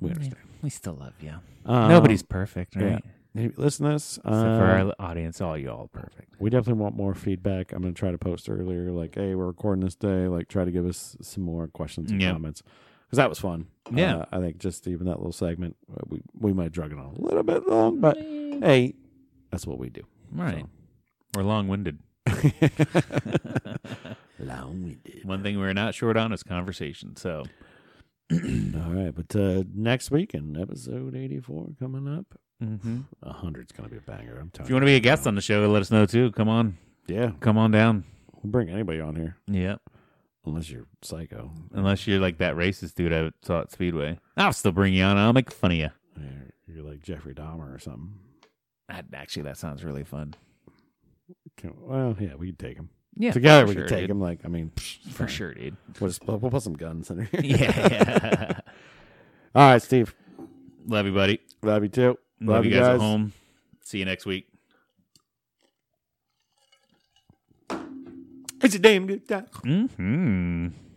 A: we understand.
B: We still love you.
A: Um,
B: Nobody's perfect,
A: yeah.
B: right?
A: Hey, Listen to this.
B: Except
A: um,
B: for our audience, all you all perfect.
A: We definitely want more feedback. I'm going to try to post earlier, like, hey, we're recording this day. Like, try to give us some more questions and
B: Yeah.
A: comments because that was fun.
B: Yeah.
A: Uh, I think just even that little segment, uh, we, we might drug it on a little bit long, but hey, that's what we do.
B: Right. We're long winded.
A: Long we did.
B: One thing we're not short on is conversation. So
A: All right. But uh, next week in episode 84 coming up,
B: Mm-hmm.
A: a 100's going to be a banger. I'm
B: if
A: telling
B: you want to be a guest on the show, let us know too. Come on.
A: Yeah.
B: Come on down.
A: We'll bring anybody on here
B: Yeah.
A: unless you're psycho.
B: Unless you're like that racist dude I saw at Speedway. I'll still bring you on. I'll make fun of you.
A: Or You're like Jeffrey Dahmer or something.
B: That, actually, that sounds really fun.
A: Can- Well, yeah, we could take him.
B: Yeah.
A: Together
B: for
A: we
B: sure,
A: could take
B: dude.
A: him. Like, I mean, psh, it's
B: For
A: fine.
B: sure, dude.
A: We'll, just, we'll, we'll put some guns in here.
B: Yeah. yeah.
A: All right, Steve.
B: Love you, buddy.
A: Love you too.
B: Love, you guys, at home. See you next week.
A: It's a damn good time.
B: Mm-hmm.